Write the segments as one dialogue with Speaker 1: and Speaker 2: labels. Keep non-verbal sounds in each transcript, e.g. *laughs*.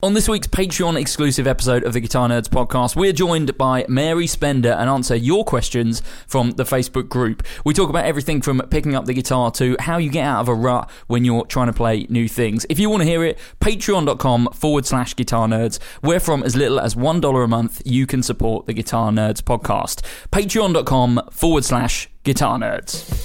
Speaker 1: On this week's Patreon exclusive episode of the Guitar Nerds podcast, we're joined by Mary Spender and answer your questions from the Facebook group. We talk about everything from picking up the guitar to how you get out of a rut when you're trying to play new things. If you want to hear it, patreon.com forward slash guitar nerds, where from as little as $1 a month, you can support the Guitar Nerds podcast. Patreon.com forward slash guitar nerds.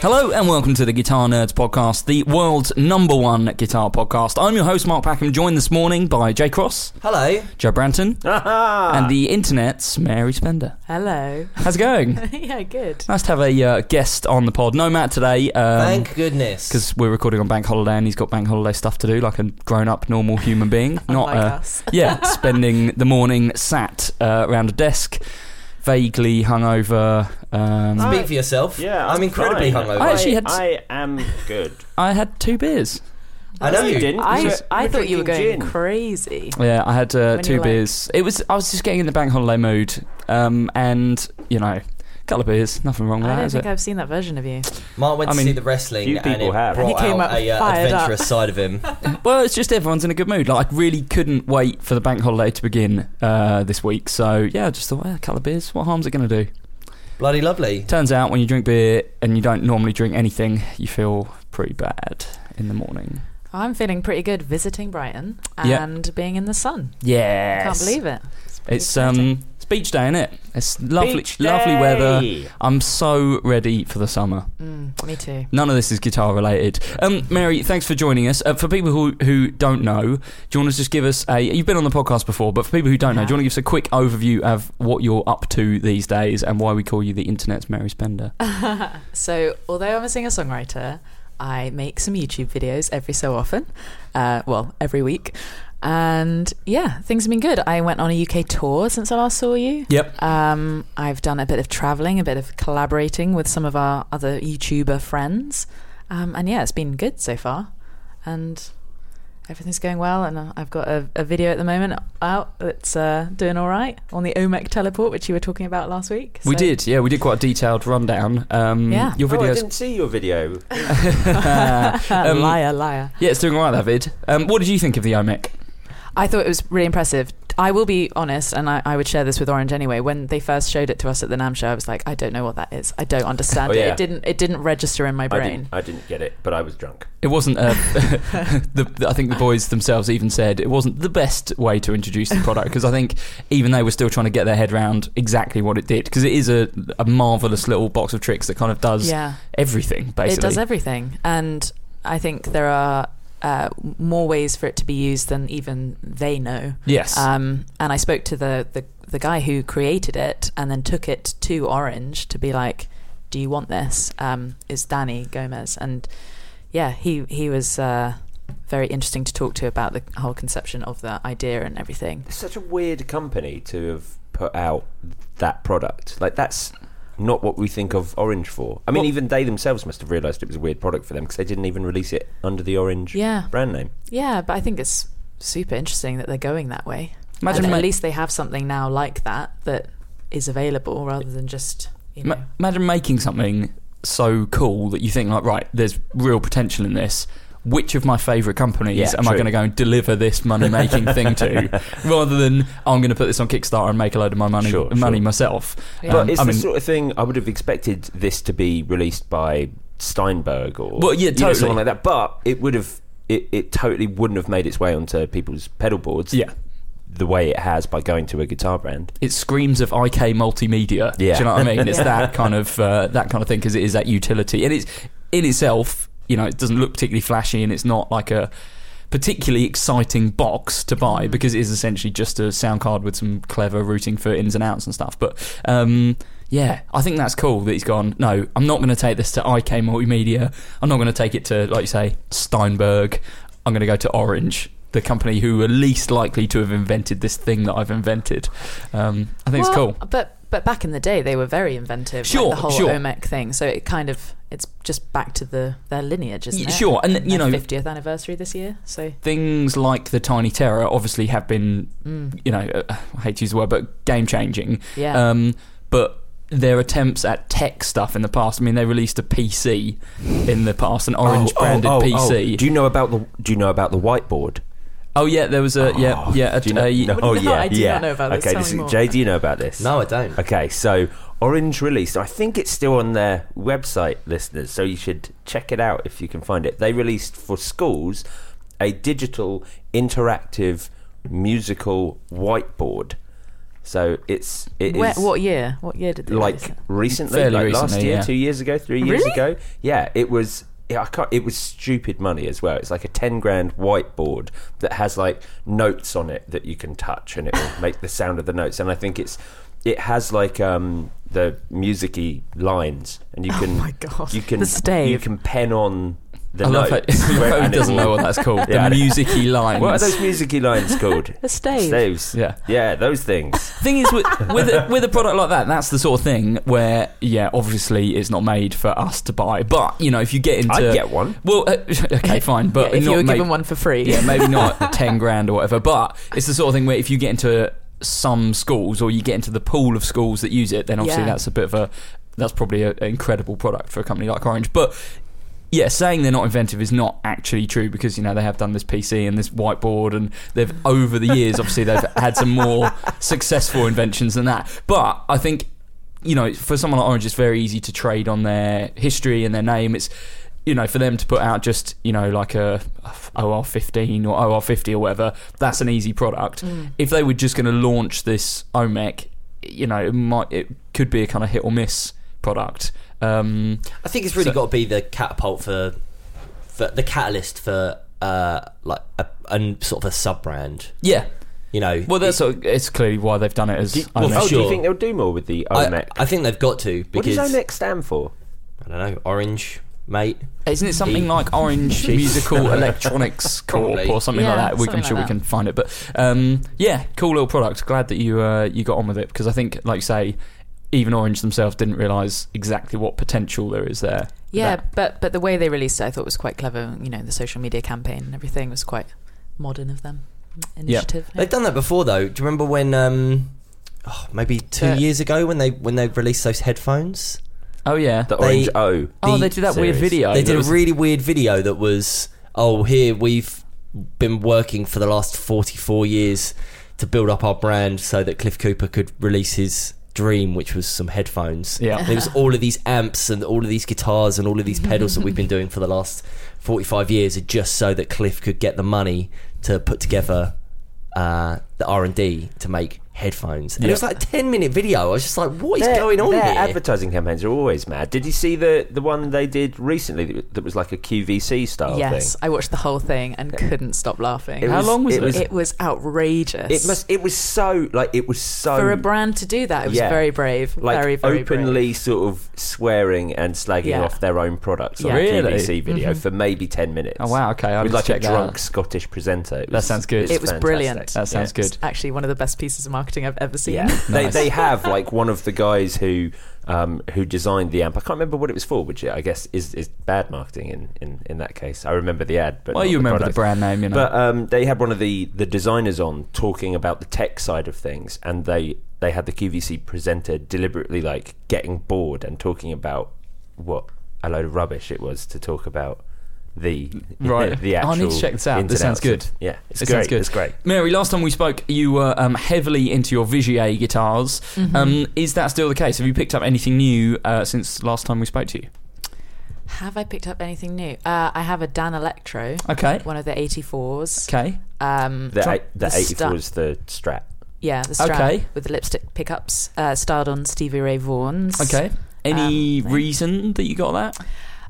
Speaker 1: Hello and welcome to the Guitar Nerds podcast, the world's number one guitar podcast. I'm your host Mark Packham, joined this morning by Jay Cross,
Speaker 2: Hello.
Speaker 1: Joe Branton, *laughs* and the internet's Mary Spender.
Speaker 3: Hello. *laughs*
Speaker 1: How's it going?
Speaker 3: yeah, good.
Speaker 1: *laughs* nice to have a uh, guest on the pod. No Matt today. Um,
Speaker 2: Thank goodness.
Speaker 1: because we're recording on bank holiday and he's got bank holiday stuff to do like a grown-up normal
Speaker 3: *laughs*
Speaker 1: human being not
Speaker 3: Unlike
Speaker 1: uh,
Speaker 3: us.
Speaker 1: *laughs* yeah spending the morning sat uh, around a desk vaguely hungover um,
Speaker 2: speak for yourself.
Speaker 4: Yeah,
Speaker 2: I'm,
Speaker 4: I'm
Speaker 2: incredibly
Speaker 4: fine.
Speaker 2: hungover.
Speaker 1: I actually had-
Speaker 4: I am *laughs* good.
Speaker 1: i had two beers
Speaker 2: I know you
Speaker 4: didn't.
Speaker 3: I,
Speaker 4: You were-
Speaker 3: I
Speaker 4: were
Speaker 3: thought you were going
Speaker 4: drinking gin.
Speaker 3: crazy.
Speaker 1: Yeah, I had uh,
Speaker 3: When
Speaker 1: two
Speaker 3: you're like-
Speaker 1: beers. It was I was just getting in the bank holiday mood, um, and you know, couple of beers, nothing wrong with
Speaker 3: I
Speaker 1: that,
Speaker 3: don't
Speaker 1: is
Speaker 3: think
Speaker 1: it?
Speaker 3: I've seen that version of you.
Speaker 2: Mark went
Speaker 1: I
Speaker 2: to
Speaker 1: mean,
Speaker 2: see the wrestling,
Speaker 4: few
Speaker 2: and
Speaker 4: people
Speaker 2: it
Speaker 4: have.
Speaker 2: brought
Speaker 3: And he came
Speaker 2: out
Speaker 3: up
Speaker 2: a uh,
Speaker 3: fired up.
Speaker 2: adventurous side of him.
Speaker 1: Well, it's just everyone's in a good mood. Like I really couldn't wait for the bank holiday to begin uh, this week, so yeah, I just thought, yeah, a couple of beers. What harm's it going to do?
Speaker 2: Bloody lovely.
Speaker 1: Turns out, when you drink beer and you don't normally drink anything, you feel pretty bad in the morning.
Speaker 3: I'm feeling pretty good visiting Brighton
Speaker 1: Yeah.
Speaker 3: and being in the sun.
Speaker 1: Yes,
Speaker 3: Can't believe it. pretty
Speaker 1: It's
Speaker 3: exciting.
Speaker 1: um, it's beach day, is it? It's lovely,
Speaker 4: Beach
Speaker 1: lovely weather.
Speaker 4: day.
Speaker 1: I'm so ready for the summer.
Speaker 3: Mm, me too.
Speaker 1: None of this is guitar related. Um, Mary, thanks for joining us. Uh, for people who, who don't know, do you want to just give us a? You've been on the podcast before, but for people who don't know, do you want to give us a quick overview of what you're up to these days and why we call you the internet's Mary Spender?
Speaker 4: Uh,
Speaker 3: So, although I'm a singer songwriter, I make some YouTube videos every so often. Uh, well, every week. And yeah, things have been good. I went on a UK tour since I last saw you.
Speaker 1: Yep.
Speaker 3: Um, I've done a bit of traveling, a bit of collaborating with some of our other YouTuber friends. Um, and yeah, it's been good so far. And everything's going well. And I- I've got a, a video at the moment out that's uh, doing all right on the Omec teleport, which you were talking about last week.
Speaker 1: we
Speaker 3: So-
Speaker 1: did, yeah, we did quite a detailed rundown. Um,
Speaker 3: Yeah.
Speaker 1: Your
Speaker 4: Oh, I
Speaker 1: videos,
Speaker 4: didn't see your video.
Speaker 1: um,
Speaker 3: liar, liar.
Speaker 1: yeah, it's doing all right, that vid. Um, what did you think of the iMac?
Speaker 3: I thought it was really impressive. I will be honest, and I, I would share this with Orange anyway. When they first showed it to us at the NAM show, I was like, I don't know what that is. I don't understand
Speaker 4: Oh,
Speaker 3: it.
Speaker 4: yeah.
Speaker 3: It didn't. It didn't register in my
Speaker 4: I
Speaker 3: brain.
Speaker 4: didn't, I didn't get it, but I was drunk.
Speaker 1: It wasn't. Uh, *laughs* the, the- I think the boys themselves even said it wasn't the best way to introduce the product because I think even they were still trying to get their head around exactly what it did because it is a, a marvelous little box of tricks that kind of does
Speaker 3: Yeah.
Speaker 1: everything basically.
Speaker 3: It does everything, and I think there are uh, more ways for it to be used than even they know.
Speaker 1: Yes.
Speaker 3: Um, and I spoke to the, the the guy who created it and then took it to Orange to be like, "Do you want this?" Um, is Danny Gomez, and yeah, he he was. Uh, very interesting to talk to about the whole conception of the idea and everything.
Speaker 4: It's such a weird company to have put out that product. Like that's not what we think of Orange for. I mean, even they themselves must have realised it was a weird product for them because they didn't even release it under the Orange
Speaker 3: Yeah.
Speaker 4: brand name.
Speaker 3: Yeah, but I think it's super interesting that they're going that way.
Speaker 1: Imagine
Speaker 3: And
Speaker 1: ma-
Speaker 3: at least they have something now like that that is available rather than just you know.
Speaker 1: Ma- imagine making something so cool that you think like, right, there's real potential in this. which of my favourite companies
Speaker 4: Yeah,
Speaker 1: am I
Speaker 4: true.
Speaker 1: going to go and deliver this money making thing to, rather than I'm going to put this on Kickstarter and make a load of my money
Speaker 4: Sure,
Speaker 1: money
Speaker 4: sure.
Speaker 1: myself. Um,
Speaker 3: Yeah.
Speaker 4: But it's
Speaker 1: I
Speaker 4: the
Speaker 1: mean-
Speaker 4: sort of thing I would have expected this to be released by Steinberg or
Speaker 1: Well, yeah,
Speaker 4: you know, someone
Speaker 1: totally.
Speaker 4: like that. But it would have it, it totally wouldn't have made its way onto people's pedal boards.
Speaker 1: Yeah.
Speaker 4: The way it has by going to a guitar brand.
Speaker 1: it screams of IK multimedia.
Speaker 4: Yeah.
Speaker 1: Do you know what I mean? It's that kind of uh, that kind of thing because it is that utility, and it's in itself. You know, it doesn't look particularly flashy, and it's not like a particularly exciting box to buy because it is essentially just a sound card with some clever routing for ins and outs and stuff. But um, yeah, I think that's cool that he's gone. No, I'm not going to take this to IK multimedia. I'm not going to take it to like you say Steinberg. I'm going to go to Orange. The company who are least likely to have invented this thing that I've invented. Um, I think
Speaker 3: Well,
Speaker 1: it's cool.
Speaker 3: But but back in the day, they were very inventive.
Speaker 1: Sure,
Speaker 3: like the whole
Speaker 1: sure.
Speaker 3: OMEC thing. So it kind of it's just back to the their lineage, isn't
Speaker 1: Yeah,
Speaker 3: it?
Speaker 1: sure, and, you know-
Speaker 3: fiftieth anniversary this year. So
Speaker 1: Things like the Tiny Terror obviously have been, you know, uh, I hate to use the word, but game changing.
Speaker 3: Mm. Yeah.
Speaker 1: Um, but their attempts at tech stuff in the past, I mean, they released a PC in the past, an orange branded
Speaker 4: oh, oh, oh.
Speaker 1: PC. Oh.
Speaker 4: Do you know about the Do you know about the whiteboard?
Speaker 1: yeah, there was a, Uh, yeah, yeah. A,
Speaker 4: Oh, Do you know?
Speaker 1: a- *laughs*
Speaker 4: no,
Speaker 3: No,
Speaker 4: yeah,
Speaker 3: I do not
Speaker 4: yeah.
Speaker 3: know about this.
Speaker 4: Okay,
Speaker 3: Tell
Speaker 4: this
Speaker 3: me
Speaker 4: is,
Speaker 3: more.
Speaker 4: Jay, do you know about this?
Speaker 2: No, I don't.
Speaker 4: Okay, so Orange released. I think it's still on their website, listeners. So you should check it out if you can find it. They released for schools a digital interactive musical whiteboard. So it's it is
Speaker 3: Where, what year? What year did they release
Speaker 4: like
Speaker 3: it?
Speaker 4: recently,
Speaker 1: Fairly
Speaker 4: like last
Speaker 1: recently,
Speaker 4: year,
Speaker 1: yeah.
Speaker 4: two years ago, three years
Speaker 3: Oh, Really?
Speaker 4: ago. Yeah, it was. Yeah, I can't, it was stupid money as well. It's like a ten grand whiteboard that has like notes on it that you can touch, and
Speaker 1: *laughs*
Speaker 4: it will make the sound of the notes. And I think it's it has like um, the musicy lines, and you can
Speaker 3: Oh my God.
Speaker 4: you can
Speaker 3: The stave.
Speaker 4: you can pen on the
Speaker 1: I love
Speaker 4: notes.
Speaker 1: it. *laughs*
Speaker 4: where-
Speaker 1: Who
Speaker 4: and it
Speaker 1: doesn't
Speaker 4: will-
Speaker 1: know what that's called?
Speaker 4: Yeah, I
Speaker 1: the
Speaker 4: know.
Speaker 1: musicy lines.
Speaker 4: *laughs* What are those musicy lines called?
Speaker 3: *laughs* The stave.
Speaker 4: Staves.
Speaker 1: Yeah.
Speaker 4: yeah, those things.
Speaker 1: thing is with with a, with a product like that, that's the sort of thing where yeah, obviously it's not made for us to buy. But you know, if you get into
Speaker 4: I'd get one.
Speaker 1: Well, uh, *laughs* okay, fine, but
Speaker 3: yeah, if
Speaker 1: not
Speaker 3: you were
Speaker 1: made-
Speaker 3: given one for free,
Speaker 1: yeah, maybe not ten grand or whatever. But it's the sort of thing where if you get into some schools or you get into the pool of schools that use it, then obviously
Speaker 3: Yeah.
Speaker 1: that's a bit of a that's probably a, an incredible product for a company like Orange. But yeah, saying they're not inventive is not actually true because you know they have done this PC and this whiteboard, and they've over the years obviously they've had some more successful inventions than that. But I think you know for someone like Orange, it's very easy to trade on their history and their name. It's you know for them to put out just you know like a OR fifteen or OR fifty or whatever. That's an easy product. If they were just going to launch this E OMEC, you know it might it could be a kind of hit or miss product. Um,
Speaker 2: I think it's really
Speaker 1: So-
Speaker 2: got to be the catapult for, for the catalyst for uh like a, an sort of a sub brand.
Speaker 1: yeah.
Speaker 2: You know,
Speaker 1: Well, that's
Speaker 2: It-
Speaker 1: sort of- it's clearly why they've done it as.
Speaker 4: Do you,
Speaker 1: I don't
Speaker 2: well,
Speaker 1: know.
Speaker 4: oh, do you
Speaker 2: Sure.
Speaker 4: think they'll do more with the
Speaker 2: I,
Speaker 4: OMEC?
Speaker 2: I think they've got to
Speaker 4: what
Speaker 2: because
Speaker 4: does OMEC stand for?
Speaker 2: I don't know, orange, mate.
Speaker 1: isn't it something
Speaker 2: He-
Speaker 1: like Orange Musical Electronics Corp
Speaker 2: Probably.
Speaker 1: or something like
Speaker 3: Yeah,
Speaker 1: that? We, I'm
Speaker 3: something
Speaker 1: sure
Speaker 3: like
Speaker 1: we
Speaker 3: that.
Speaker 1: can find it, but um, yeah, cool little product. Glad that you uh, you got on with it because I think, like you say, even Orange themselves didn't realise exactly what potential there is there.
Speaker 3: *laughs* Yeah,
Speaker 1: That-
Speaker 3: but but the way they released it, I thought was quite clever. You know, the social media campaign and everything was quite modern of them. Initiative.
Speaker 2: They've done that before though. Do you remember when um oh, maybe two
Speaker 3: Yeah.
Speaker 2: years ago when they when they released those headphones?
Speaker 1: Oh yeah.
Speaker 4: The
Speaker 2: They-
Speaker 4: Orange O.
Speaker 1: oh,
Speaker 2: the
Speaker 1: they did that weird
Speaker 4: series.
Speaker 1: video.
Speaker 2: they
Speaker 1: that
Speaker 2: did
Speaker 1: was-
Speaker 2: a really weird video that was oh here we've been working for the last 44 years to build up our brand so that cliff cooper could release his dream which was some headphones
Speaker 1: Yeah.
Speaker 2: and it was all of these amps and all of these guitars and all of these pedals that we've been doing for the last 45 years are just so that cliff could get the money to put together uh, the r&d to make headphones and it was like a 10 minute video i was just like what is
Speaker 4: Their-
Speaker 2: going on
Speaker 4: Their
Speaker 2: here
Speaker 4: advertising campaigns are always mad. Did you see the the one they did recently that, that was like a QVC style
Speaker 3: yes,
Speaker 4: thing?
Speaker 3: I watched the whole thing and couldn't stop laughing.
Speaker 4: It
Speaker 1: How long was it?
Speaker 3: It was outrageous.
Speaker 4: It must. It was so like it was so
Speaker 3: for a brand to do that. It was
Speaker 4: Yeah.
Speaker 3: very brave.
Speaker 4: like
Speaker 3: very very
Speaker 4: openly
Speaker 3: brave.
Speaker 4: sort of swearing and slagging
Speaker 3: Yeah.
Speaker 4: off their own products on
Speaker 3: Yeah.
Speaker 4: a
Speaker 1: Really?
Speaker 4: QVC video for maybe ten minutes.
Speaker 1: Oh, wow, okay, I'll
Speaker 4: with
Speaker 1: just
Speaker 4: like a
Speaker 1: check that out.
Speaker 4: drunk Scottish presenter. It
Speaker 1: That sounds good.
Speaker 4: it's
Speaker 3: It was brilliant.
Speaker 4: fantastic.
Speaker 1: that sounds
Speaker 4: Yeah.
Speaker 1: good.
Speaker 3: Actually, one of the best pieces of marketing I've ever seen.
Speaker 4: Yeah,
Speaker 1: Nice.
Speaker 4: they they have like one of the guys who um, who designed the amp. I can't remember what it was for, which I guess is, is bad marketing in, in, in that case. I remember the ad, but
Speaker 1: Well,
Speaker 4: not
Speaker 1: you remember the
Speaker 4: product.
Speaker 1: brand name, you know.
Speaker 4: But um, they had one of the the designers on talking about the tech side of things, and they they had the QVC presenter deliberately like getting bored and talking about what a load of rubbish it was to talk about. the
Speaker 1: Right.
Speaker 4: *laughs* the
Speaker 1: Oh,
Speaker 4: actual.
Speaker 1: I need to check this out. This
Speaker 4: internet
Speaker 1: sounds good.
Speaker 4: stuff. Yeah, it's
Speaker 1: It
Speaker 4: great.
Speaker 1: sounds good.
Speaker 4: It's great.
Speaker 1: Mary, last time we spoke, you were um, heavily into your Vigier guitars.
Speaker 3: Mm-hmm.
Speaker 1: Um, is that still the case? Have you picked up anything new uh, since last time we spoke to you?
Speaker 3: *laughs* Have I picked up anything new? Uh, I have a Dan Electro,
Speaker 1: Okay.
Speaker 3: one of the 84s.
Speaker 1: Okay.
Speaker 3: Um,
Speaker 4: The, eight- the
Speaker 3: the
Speaker 4: 84
Speaker 3: stu-
Speaker 4: is the Strat.
Speaker 3: yeah, the Strat
Speaker 1: Okay.
Speaker 3: with the lipstick pickups, uh, starred on Stevie Ray Vaughan's.
Speaker 1: Okay. Any
Speaker 3: Um, thanks.
Speaker 1: reason that you got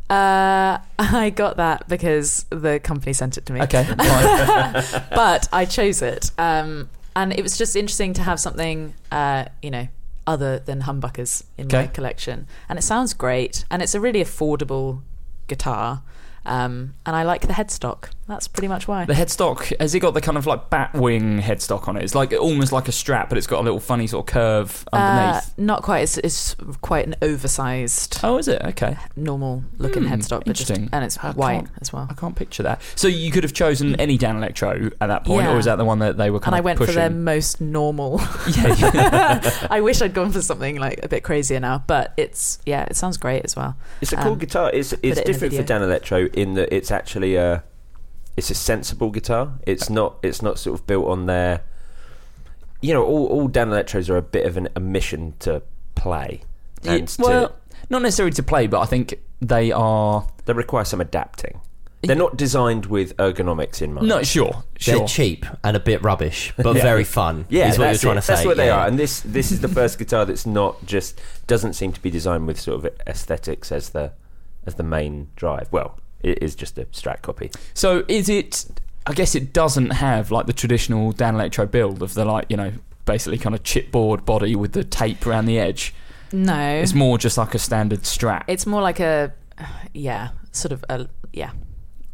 Speaker 1: that?
Speaker 3: Uh, *laughs* I got that because the company sent it to me. *laughs*
Speaker 1: Okay. fine.
Speaker 3: but I chose it. Um, and it was just interesting to have something, uh, you know, other than humbuckers in my
Speaker 1: Okay.
Speaker 3: collection. And it sounds great. And it's a really affordable guitar. Um, and I like the headstock. That's pretty much why.
Speaker 1: the headstock has it got the kind of like bat wing headstock on it? It's like almost like a strap, but it's got a little funny sort of curve
Speaker 3: Uh,
Speaker 1: underneath.
Speaker 3: not quite. It's, it's quite an oversized,
Speaker 1: oh, is it? Okay.
Speaker 3: normal looking
Speaker 1: Hmm,
Speaker 3: headstock, but just
Speaker 1: interesting.
Speaker 3: and it's
Speaker 1: I
Speaker 3: white
Speaker 1: can't-
Speaker 3: as well.
Speaker 1: I can't picture that. So you could have chosen any Dan Electro at that point, or
Speaker 3: Yeah.
Speaker 1: is that the one that they were kind
Speaker 3: And I
Speaker 1: of
Speaker 3: went
Speaker 1: pushing?
Speaker 3: for their most normal.
Speaker 1: *laughs* Yeah.
Speaker 3: *laughs* I wish I'd gone for something like a bit crazier now, but it's yeah, it sounds great as well.
Speaker 4: It's a cool
Speaker 3: Um,
Speaker 4: guitar. It's
Speaker 3: it in
Speaker 4: it's
Speaker 3: a
Speaker 4: different for
Speaker 3: video.
Speaker 4: Dan Electro in that it's actually a it's a sensible guitar.
Speaker 3: Uh.
Speaker 4: It's not it's not sort of built on their you know all all Dan Electros are a bit of an a mission to play
Speaker 1: Yeah,
Speaker 4: and
Speaker 1: well,
Speaker 4: to,
Speaker 1: not necessarily to play, but I think they are.
Speaker 4: they require some adapting. They're not designed with ergonomics in mind.
Speaker 1: No, sure,
Speaker 2: They're
Speaker 1: sure.
Speaker 2: cheap and a bit rubbish, but very fun.
Speaker 4: Yeah,
Speaker 2: is what you're
Speaker 4: that's
Speaker 2: trying
Speaker 4: it.
Speaker 2: to say.
Speaker 4: That's what they
Speaker 2: yeah.
Speaker 4: are, and this this is the first guitar that's not just doesn't seem to be designed with sort of aesthetics as the as the main drive. Well, it is just a Strat copy.
Speaker 1: So is it? I guess it doesn't have like the traditional Dan Electro build of the like you know basically kind of chipboard body with the tape around the edge.
Speaker 3: No,
Speaker 1: It's more just like a standard strap.
Speaker 3: It's more like a yeah, sort of a yeah,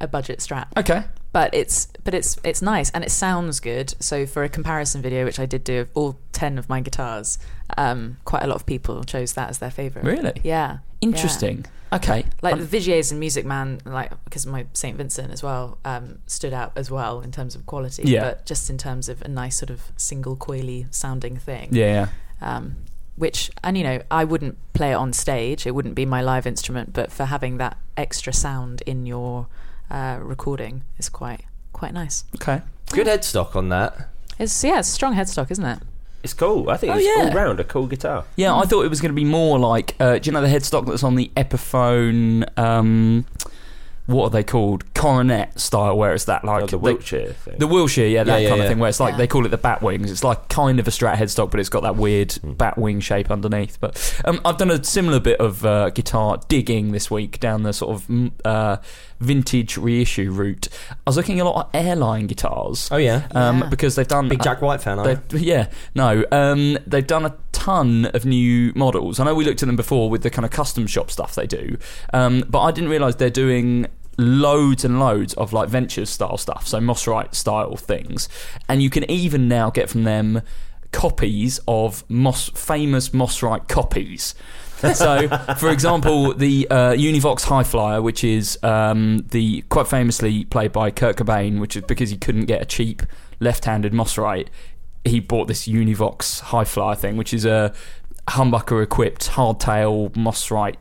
Speaker 3: a budget strat.
Speaker 1: okay.
Speaker 3: But it's but it's it's nice and it sounds good. So for a comparison video, which I did do of all ten of my guitars, um, quite a lot of people chose that as their favorite.
Speaker 1: Really?
Speaker 3: Yeah.
Speaker 1: Interesting. Um, Okay.
Speaker 3: Yeah. Like the Vigiers and Music Man, like because my Saint Vincent as well um, stood out as well in terms of quality,
Speaker 1: Yeah.
Speaker 3: but just in terms of a nice sort of single coily sounding thing
Speaker 1: yeah. yeah.
Speaker 3: um, which and you know I wouldn't play it on stage. It wouldn't be my live instrument, but for having that extra sound in your uh, recording is quite quite nice.
Speaker 1: Okay.
Speaker 2: Good headstock on that.
Speaker 3: It's yeah, it's a strong headstock, isn't it?
Speaker 4: It's cool. I think
Speaker 1: Oh,
Speaker 4: it's
Speaker 1: yeah.
Speaker 4: all round a cool guitar.
Speaker 1: Yeah, I thought it was going to be more like. Uh, do you know the headstock that's on the Epiphone? Um, what are they called? Coronet style, where it's that like
Speaker 4: Oh, the
Speaker 1: they-
Speaker 4: Wiltshire thing.
Speaker 1: The Wilshire, yeah, that
Speaker 2: Yeah, yeah,
Speaker 1: kind of
Speaker 2: yeah.
Speaker 1: thing, where it's like
Speaker 3: Yeah.
Speaker 1: they call it the bat wings. It's like kind of a strat headstock, but it's got that weird
Speaker 4: Hmm.
Speaker 1: bat wing shape underneath. But um, I've done a similar bit of uh, guitar digging this week down the sort of mm, uh, vintage reissue route. I was looking a lot at airline guitars
Speaker 2: Oh yeah,
Speaker 1: um,
Speaker 3: Yeah.
Speaker 1: because they've done
Speaker 2: big Jack White fan. Aren't
Speaker 1: They've, yeah, no. Um, they've done a ton of new models. I know we looked at them before with the kind of custom shop stuff they do, um, but I didn't realise they're doing loads and loads of like ventures style stuff, so Mossrite style things, and you can even now get from them copies of Moss famous Mossrite copies. *laughs* so, for example, the uh, Univox Highflyer, which is um, the quite famously played by Kurt Cobain, which is because he couldn't get a cheap left-handed Mossrite, he bought this Univox Highflyer thing, which is a humbucker-equipped hardtail Mossrite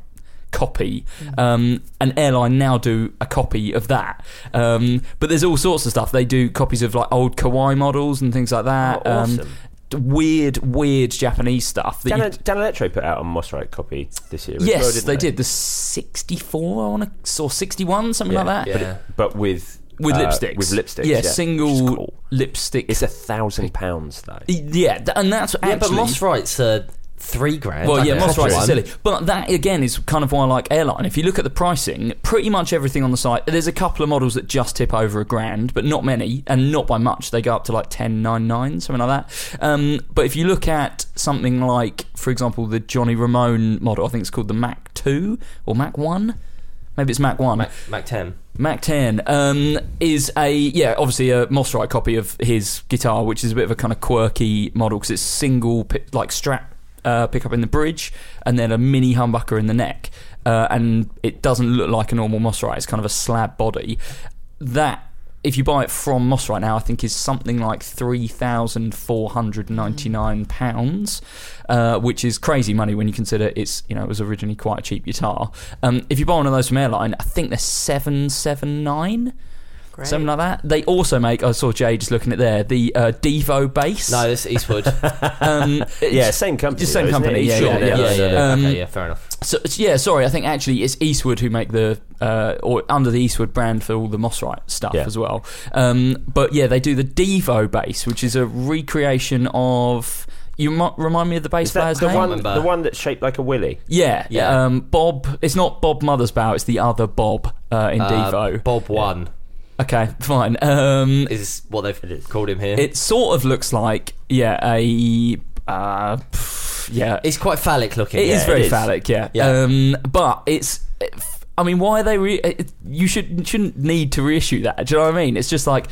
Speaker 1: copy.
Speaker 4: Mm.
Speaker 1: Um, an airline now do a copy of that, um, but there's all sorts of stuff. They do copies of like old Kawai models and things like that.
Speaker 4: Oh, awesome.
Speaker 1: Um, d- weird, weird Japanese stuff. That
Speaker 4: Dan,
Speaker 1: you-
Speaker 4: Dan Electro put out a Mossrite copy this year. as
Speaker 1: Yes,
Speaker 4: well, didn't
Speaker 1: they, did. The 64, I want to, or 61, something
Speaker 4: Yeah,
Speaker 1: like that.
Speaker 2: they? Yeah.
Speaker 4: but with
Speaker 1: With
Speaker 4: uh,
Speaker 1: lipsticks.
Speaker 4: With lipsticks,
Speaker 1: Yeah,
Speaker 4: yeah, which
Speaker 1: single
Speaker 4: is cool.
Speaker 1: lipstick.
Speaker 4: It's a thousand pounds though.
Speaker 1: yeah, th- and that's
Speaker 2: Yeah, but
Speaker 1: actually-
Speaker 2: Moss Right's uh, three grand.
Speaker 1: Well, yeah,
Speaker 2: Okay.
Speaker 1: Moss
Speaker 2: Proper
Speaker 1: Rice is
Speaker 2: one.
Speaker 1: silly. But that, again, is kind of why I like airline. If you look at the pricing, pretty much everything on the site, there's a couple of models that just tip over a grand, but not many, and not by much. They go up to like 10.99, something like that. Um, but if you look at something like, for example, the Johnny Ramone model, I think it's called the Mac 2 or Mac 1. Maybe it's Mac 1.
Speaker 2: Mac, Mac ten.
Speaker 1: Mac 10 um, is a yeah obviously a Mossrite copy of his guitar which is a bit of a kind of quirky model because it's single pi- like strap uh, pickup in the bridge and then a mini humbucker in the neck uh, and it doesn't look like a normal Mossrite it's kind of a slab body that if you buy it from Moss right now, I think is something like three thousand four hundred ninety nine pounds, uh, which is crazy money when you consider it's you know it was originally quite a cheap guitar. Um, if you buy one of those from Airline, I think they're seven seven nine.
Speaker 3: Great.
Speaker 1: Something like that. They also make. I saw Jay just looking at there the uh, Devo bass.
Speaker 2: No, this is Eastwood.
Speaker 1: um,
Speaker 4: Yeah, same company.
Speaker 1: Just same
Speaker 4: though, isn't it?
Speaker 1: company,
Speaker 4: Each
Speaker 1: yeah,
Speaker 4: one
Speaker 2: Sure,
Speaker 4: of
Speaker 2: yeah,
Speaker 4: those,
Speaker 2: yeah, yeah,
Speaker 4: uh,
Speaker 2: yeah.
Speaker 1: Um,
Speaker 2: okay, yeah, fair enough.
Speaker 1: So it's- yeah, sorry. I think actually it's Eastwood who make the uh, or under the Eastwood brand for all the Mossrite stuff
Speaker 4: Yeah.
Speaker 1: as well. Um, but yeah, they do the Devo bass, which is a recreation of. You might remind me of the bass
Speaker 4: Is that
Speaker 1: player's
Speaker 4: the
Speaker 1: name.
Speaker 4: one,
Speaker 2: Remember.
Speaker 4: the one that's shaped like a willy?
Speaker 1: Yeah,
Speaker 2: Yeah.
Speaker 1: Um, Bob. It's not Bob Mothersbaugh. It's the other Bob uh, in
Speaker 2: Uh,
Speaker 1: Devo.
Speaker 2: Bob One
Speaker 1: okay, fine. Um,
Speaker 2: is what they've called him here.
Speaker 1: it sort of looks like yeah a uh, pff, yeah
Speaker 2: it's quite phallic looking.
Speaker 1: It is
Speaker 2: yeah.
Speaker 1: very
Speaker 4: it is.
Speaker 1: phallic, yeah.
Speaker 2: Yeah.
Speaker 1: Um, but it's. I mean, why are they? Re- it- you should shouldn't need to reissue that. Do you know what I mean? It's just like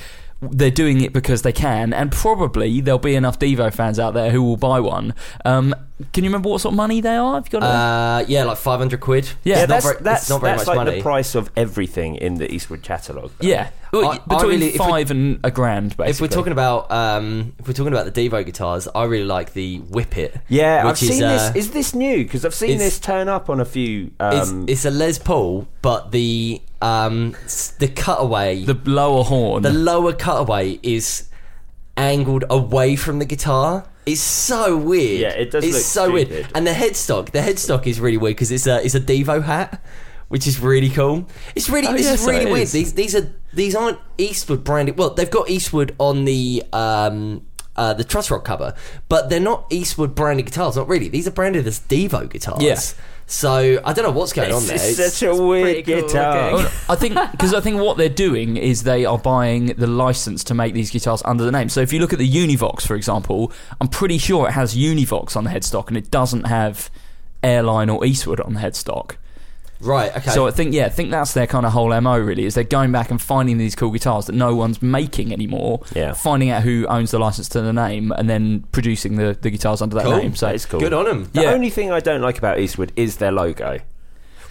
Speaker 1: they're doing it because they can, and probably there'll be enough Devo fans out there who will buy one. Um, can you remember what sort of money they are? Have you got? a-
Speaker 2: Uh, yeah, like five hundred quid.
Speaker 1: Yeah,
Speaker 2: It's
Speaker 1: Yeah,
Speaker 2: not
Speaker 4: that's
Speaker 2: very, it's
Speaker 4: that's,
Speaker 2: not very
Speaker 4: that's
Speaker 2: much
Speaker 4: like
Speaker 2: money.
Speaker 4: the price of everything in the Eastwood catalogue.
Speaker 1: yeah, Well,
Speaker 2: I- I
Speaker 1: between
Speaker 2: really- if we-
Speaker 1: five and a grand. Basically,
Speaker 2: if we're talking about um, if we're talking about the Devo guitars, I really like the Whip It.
Speaker 4: Yeah,
Speaker 2: which
Speaker 4: I've seen
Speaker 2: uh,
Speaker 4: this. Is this new? Because I've seen
Speaker 2: it's-
Speaker 4: this turn up on a few.
Speaker 2: it's,
Speaker 4: Um,
Speaker 2: it's a Les Paul, but the um, s- the cutaway,
Speaker 1: the
Speaker 2: the,
Speaker 1: lower horn,
Speaker 2: lower cutaway is angled away from the guitar. It's so weird.
Speaker 4: Yeah, it does
Speaker 2: It's
Speaker 4: look
Speaker 2: so weird.
Speaker 4: stupid.
Speaker 2: And the headstock, the headstock is really weird because it's a it's a Devo hat, which is really cool. It's really
Speaker 1: Oh,
Speaker 2: this
Speaker 1: yes,
Speaker 2: is really
Speaker 1: it
Speaker 2: weird.
Speaker 1: is.
Speaker 2: These these are these aren't Eastwood branded. Well, they've got Eastwood on the. Um, uh, the truss rock cover, but they're not Eastwood branded guitars. Not really. These are branded as Devo guitars.
Speaker 1: Yeah.
Speaker 2: So I don't know what's going on
Speaker 4: it's,
Speaker 2: there.
Speaker 4: it's
Speaker 2: It's-
Speaker 4: such a weird
Speaker 3: pretty cool
Speaker 1: *laughs*
Speaker 4: guitar.
Speaker 3: looking.
Speaker 1: Well, Oh, I think because I think what they're doing is they are buying the license to make these guitars under the name. So if you look at the Univox, for example, I'm pretty sure it has Univox on the headstock and it doesn't have Airline or Eastwood on the headstock.
Speaker 2: Right. Okay.
Speaker 1: So I think yeah, I think that's their kind of whole mo really is they're going back and finding these cool guitars that no one's making anymore.
Speaker 4: Yeah.
Speaker 1: Finding out who owns the license to the name and then producing the, the guitars under that
Speaker 2: Cool.
Speaker 1: name. So
Speaker 4: That is cool.
Speaker 2: good on them.
Speaker 4: The
Speaker 1: Yeah.
Speaker 4: only thing I don't like about Eastwood is their logo.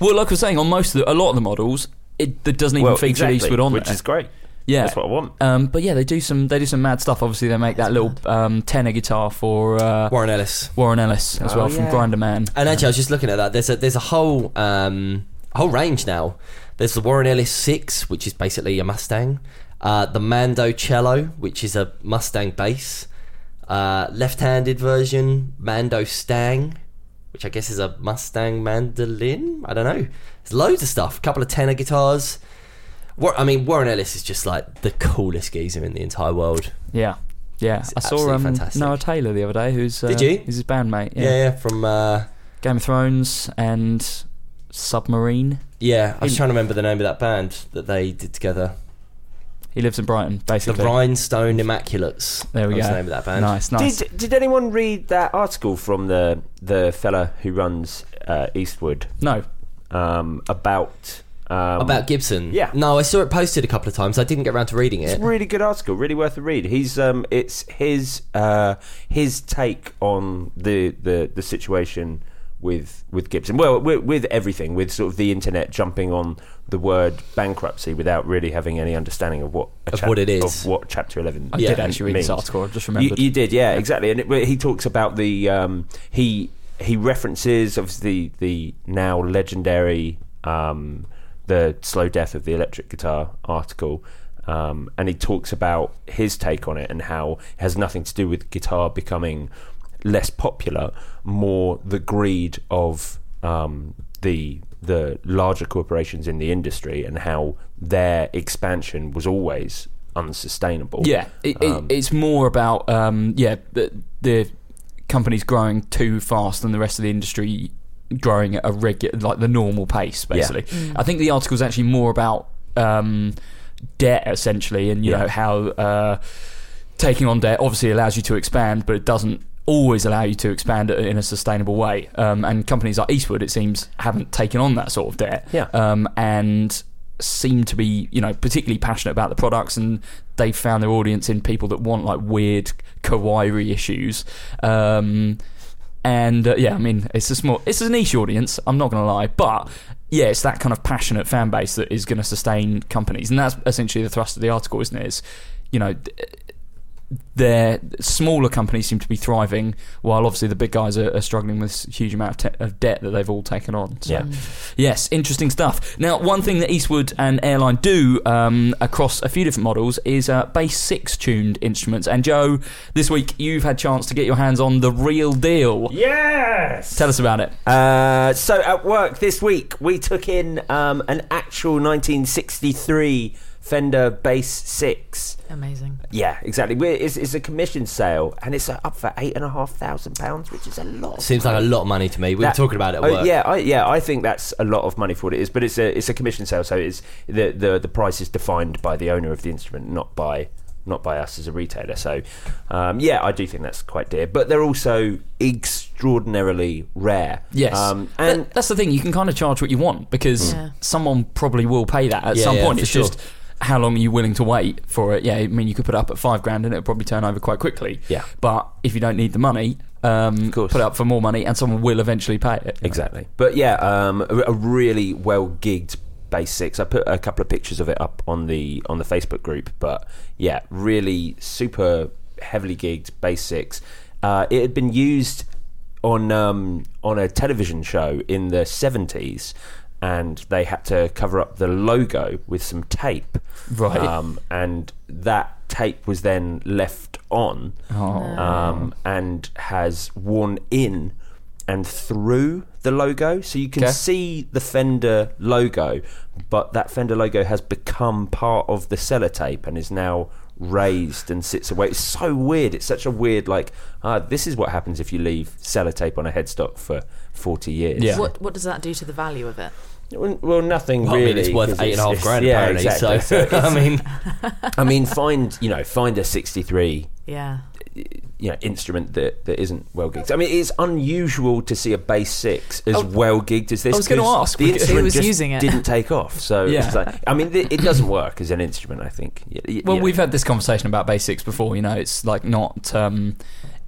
Speaker 1: well, like I was saying, on most of the, a lot of the models, it, that doesn't even
Speaker 4: well,
Speaker 1: feature
Speaker 4: exactly,
Speaker 1: Eastwood on
Speaker 4: which
Speaker 1: there.
Speaker 4: is great.
Speaker 1: yeah,
Speaker 4: That's what I want.
Speaker 1: Um, but yeah, they do some they do some mad stuff. Obviously, they make that little um, tenor guitar for uh,
Speaker 2: Warren Ellis.
Speaker 1: Warren Ellis as
Speaker 4: Oh,
Speaker 1: well from
Speaker 4: yeah.
Speaker 1: Grinder Man.
Speaker 2: And actually, I was just looking at that. There's a there's a whole um, whole range now. There's the Warren Ellis Six, which is basically a Mustang. Uh, the Mando Cello, which is a Mustang bass. Uh, left-handed version Mando Stang, which I guess is a Mustang mandolin. I don't know. There's loads of stuff. A couple of tenor guitars. War- I mean, Warren Ellis is just like the coolest geezer in the entire world.
Speaker 1: Yeah, yeah. I saw
Speaker 2: absolutely
Speaker 1: um,
Speaker 2: fantastic.
Speaker 1: Noah Taylor the other day, who's uh,
Speaker 2: Did you?
Speaker 1: He's his bandmate. Yeah.
Speaker 2: Yeah, yeah from uh,
Speaker 1: Game of Thrones and Submarine.
Speaker 2: yeah. I was trying to remember the name of that band that they did together.
Speaker 1: He lives in Brighton,
Speaker 2: The
Speaker 1: basically.
Speaker 2: Rhinestone Immaculates.
Speaker 1: there we go.
Speaker 2: that was the name of that band.
Speaker 1: Nice, nice.
Speaker 4: Did Did anyone read that article from the the fella who runs uh, Eastwood
Speaker 1: no,
Speaker 4: um, about um,
Speaker 2: About Gibson.
Speaker 4: Yeah.
Speaker 2: No, I saw it posted a couple of times. I didn't get around to reading
Speaker 4: It's
Speaker 2: it.
Speaker 4: a really good article, really worth a read. He's um, it's his uh, his take on the, the, the situation with with Gibson. Well, with, with everything, with sort of the internet jumping on the word bankruptcy without really having any understanding of what a
Speaker 2: Of what it is.
Speaker 4: of what Chapter Eleven.
Speaker 1: I
Speaker 2: Yeah.
Speaker 1: did actually read this
Speaker 4: means.
Speaker 1: article. I just
Speaker 4: You,
Speaker 1: remembered.
Speaker 4: you did, yeah, exactly. And it, he talks about the um, he he references obviously the now legendary um, the slow death of the electric guitar article, um, and he talks about his take on it and how it has nothing to do with guitar becoming less popular, more the greed of um, the the larger corporations in the industry and how their expansion was always unsustainable.
Speaker 1: Yeah, it, it-
Speaker 4: Um,
Speaker 1: it's more about um, yeah the, the companies growing too fast and the rest of the industry growing at a regular like the normal pace. Basically, I think the article is actually more about um, debt essentially, and you
Speaker 4: Yeah.
Speaker 1: know how uh, taking on debt obviously allows you to expand, but it doesn't. Always allow you to expand in a sustainable way, um, and companies like Eastwood, it seems, haven't taken on that sort of debt
Speaker 4: Yeah.
Speaker 1: um, and seem to be you know particularly passionate about the products and they've found their audience in people that want like weird kawaii issues um, And uh, yeah, I mean, it's a small, it's a niche audience. I'm not going to lie, but yeah, it's that kind of passionate fan base that is going to sustain companies, and that's essentially the thrust of the article, isn't it? Is you know, their smaller companies seem to be thriving, while obviously the big guys are, are struggling with this huge amount of, te- of debt that they've all taken on. So,
Speaker 4: Yeah.
Speaker 1: yes, interesting stuff. Now, one thing that Eastwood and Airline do um, across a few different models is uh, bass six tuned instruments. And Joe, this week you've had chance to get your hands on the real deal.
Speaker 4: Yes.
Speaker 1: Tell us about it.
Speaker 4: Uh, so at work this week, we took in um, an actual 1963 Fender Bass Six.
Speaker 3: Amazing.
Speaker 4: Yeah, exactly. We're, it's, it's a commission sale, and it's uh, up for eight and a half thousand pounds, which is a lot. of
Speaker 2: Seems like a
Speaker 4: money.
Speaker 2: lot of money to me. We
Speaker 4: That-
Speaker 2: were talking about it at
Speaker 4: oh,
Speaker 2: work.
Speaker 4: yeah, I, yeah, I think that's a lot of money for what it is, but it's a it's a commission sale, so it's the the the price is defined by the owner of the instrument, not by not by us as a retailer. So, um, yeah, I do think that's quite dear, but they're also extraordinarily rare.
Speaker 1: Yes,
Speaker 4: um,
Speaker 1: and
Speaker 4: and
Speaker 1: that's the thing. You can kind of charge what you want because
Speaker 3: Yeah.
Speaker 1: someone probably will pay that at
Speaker 2: Yeah,
Speaker 1: some
Speaker 2: yeah,
Speaker 1: point.
Speaker 2: for
Speaker 1: It's
Speaker 2: sure.
Speaker 1: just how long are you willing to wait for it? Yeah, I mean you could put it up at five grand and it'll probably turn over quite quickly.
Speaker 4: Yeah.
Speaker 1: but if you don't need the money, um, put
Speaker 4: course.
Speaker 1: it up for more money and someone will eventually pay it.
Speaker 4: Exactly. But yeah, um, a, a really well gigged bass six. I put a couple of pictures of it up on the on the Facebook group. But yeah, really super heavily gigged bass six. Uh, it had been used on um, on a television show in the seventies. And they had to cover up the logo with some tape,
Speaker 1: Right.
Speaker 4: Um, and that tape was then left on,
Speaker 1: Oh.
Speaker 4: um, and has worn in and through the logo. So you can
Speaker 1: Okay.
Speaker 4: see the Fender logo, but that Fender logo has become part of the sellotape and is now raised and sits away. It's so weird. It's such a weird, like, ah, this is what happens if you leave sellotape on a headstock for 40 years.
Speaker 1: Yeah.
Speaker 3: What What does that do to the value of it?
Speaker 4: Well, well, nothing
Speaker 2: Well, I
Speaker 4: really.
Speaker 2: mean, it's worth
Speaker 4: 'cause
Speaker 2: eight and a half
Speaker 4: it's-
Speaker 2: grand
Speaker 4: yeah,
Speaker 2: apparently.
Speaker 4: exactly. *laughs*
Speaker 2: So, *laughs* I mean,
Speaker 4: I mean, find, you know, find a 63
Speaker 3: Yeah.
Speaker 4: you know instrument that that isn't well gigged. I mean, it's unusual to see a bass six as well gigged as this.
Speaker 1: Oh, I was gonna
Speaker 4: 'cause
Speaker 1: ask,
Speaker 4: the
Speaker 1: because-
Speaker 4: instrument
Speaker 3: Who was
Speaker 4: just
Speaker 3: using it?
Speaker 4: didn't take off. So
Speaker 1: Yeah.
Speaker 4: it's like, I mean, th- it doesn't work as an instrument. I think. Y- y-
Speaker 1: Well,
Speaker 4: you know.
Speaker 1: we've had this conversation about basics before. You know, it's like not, um,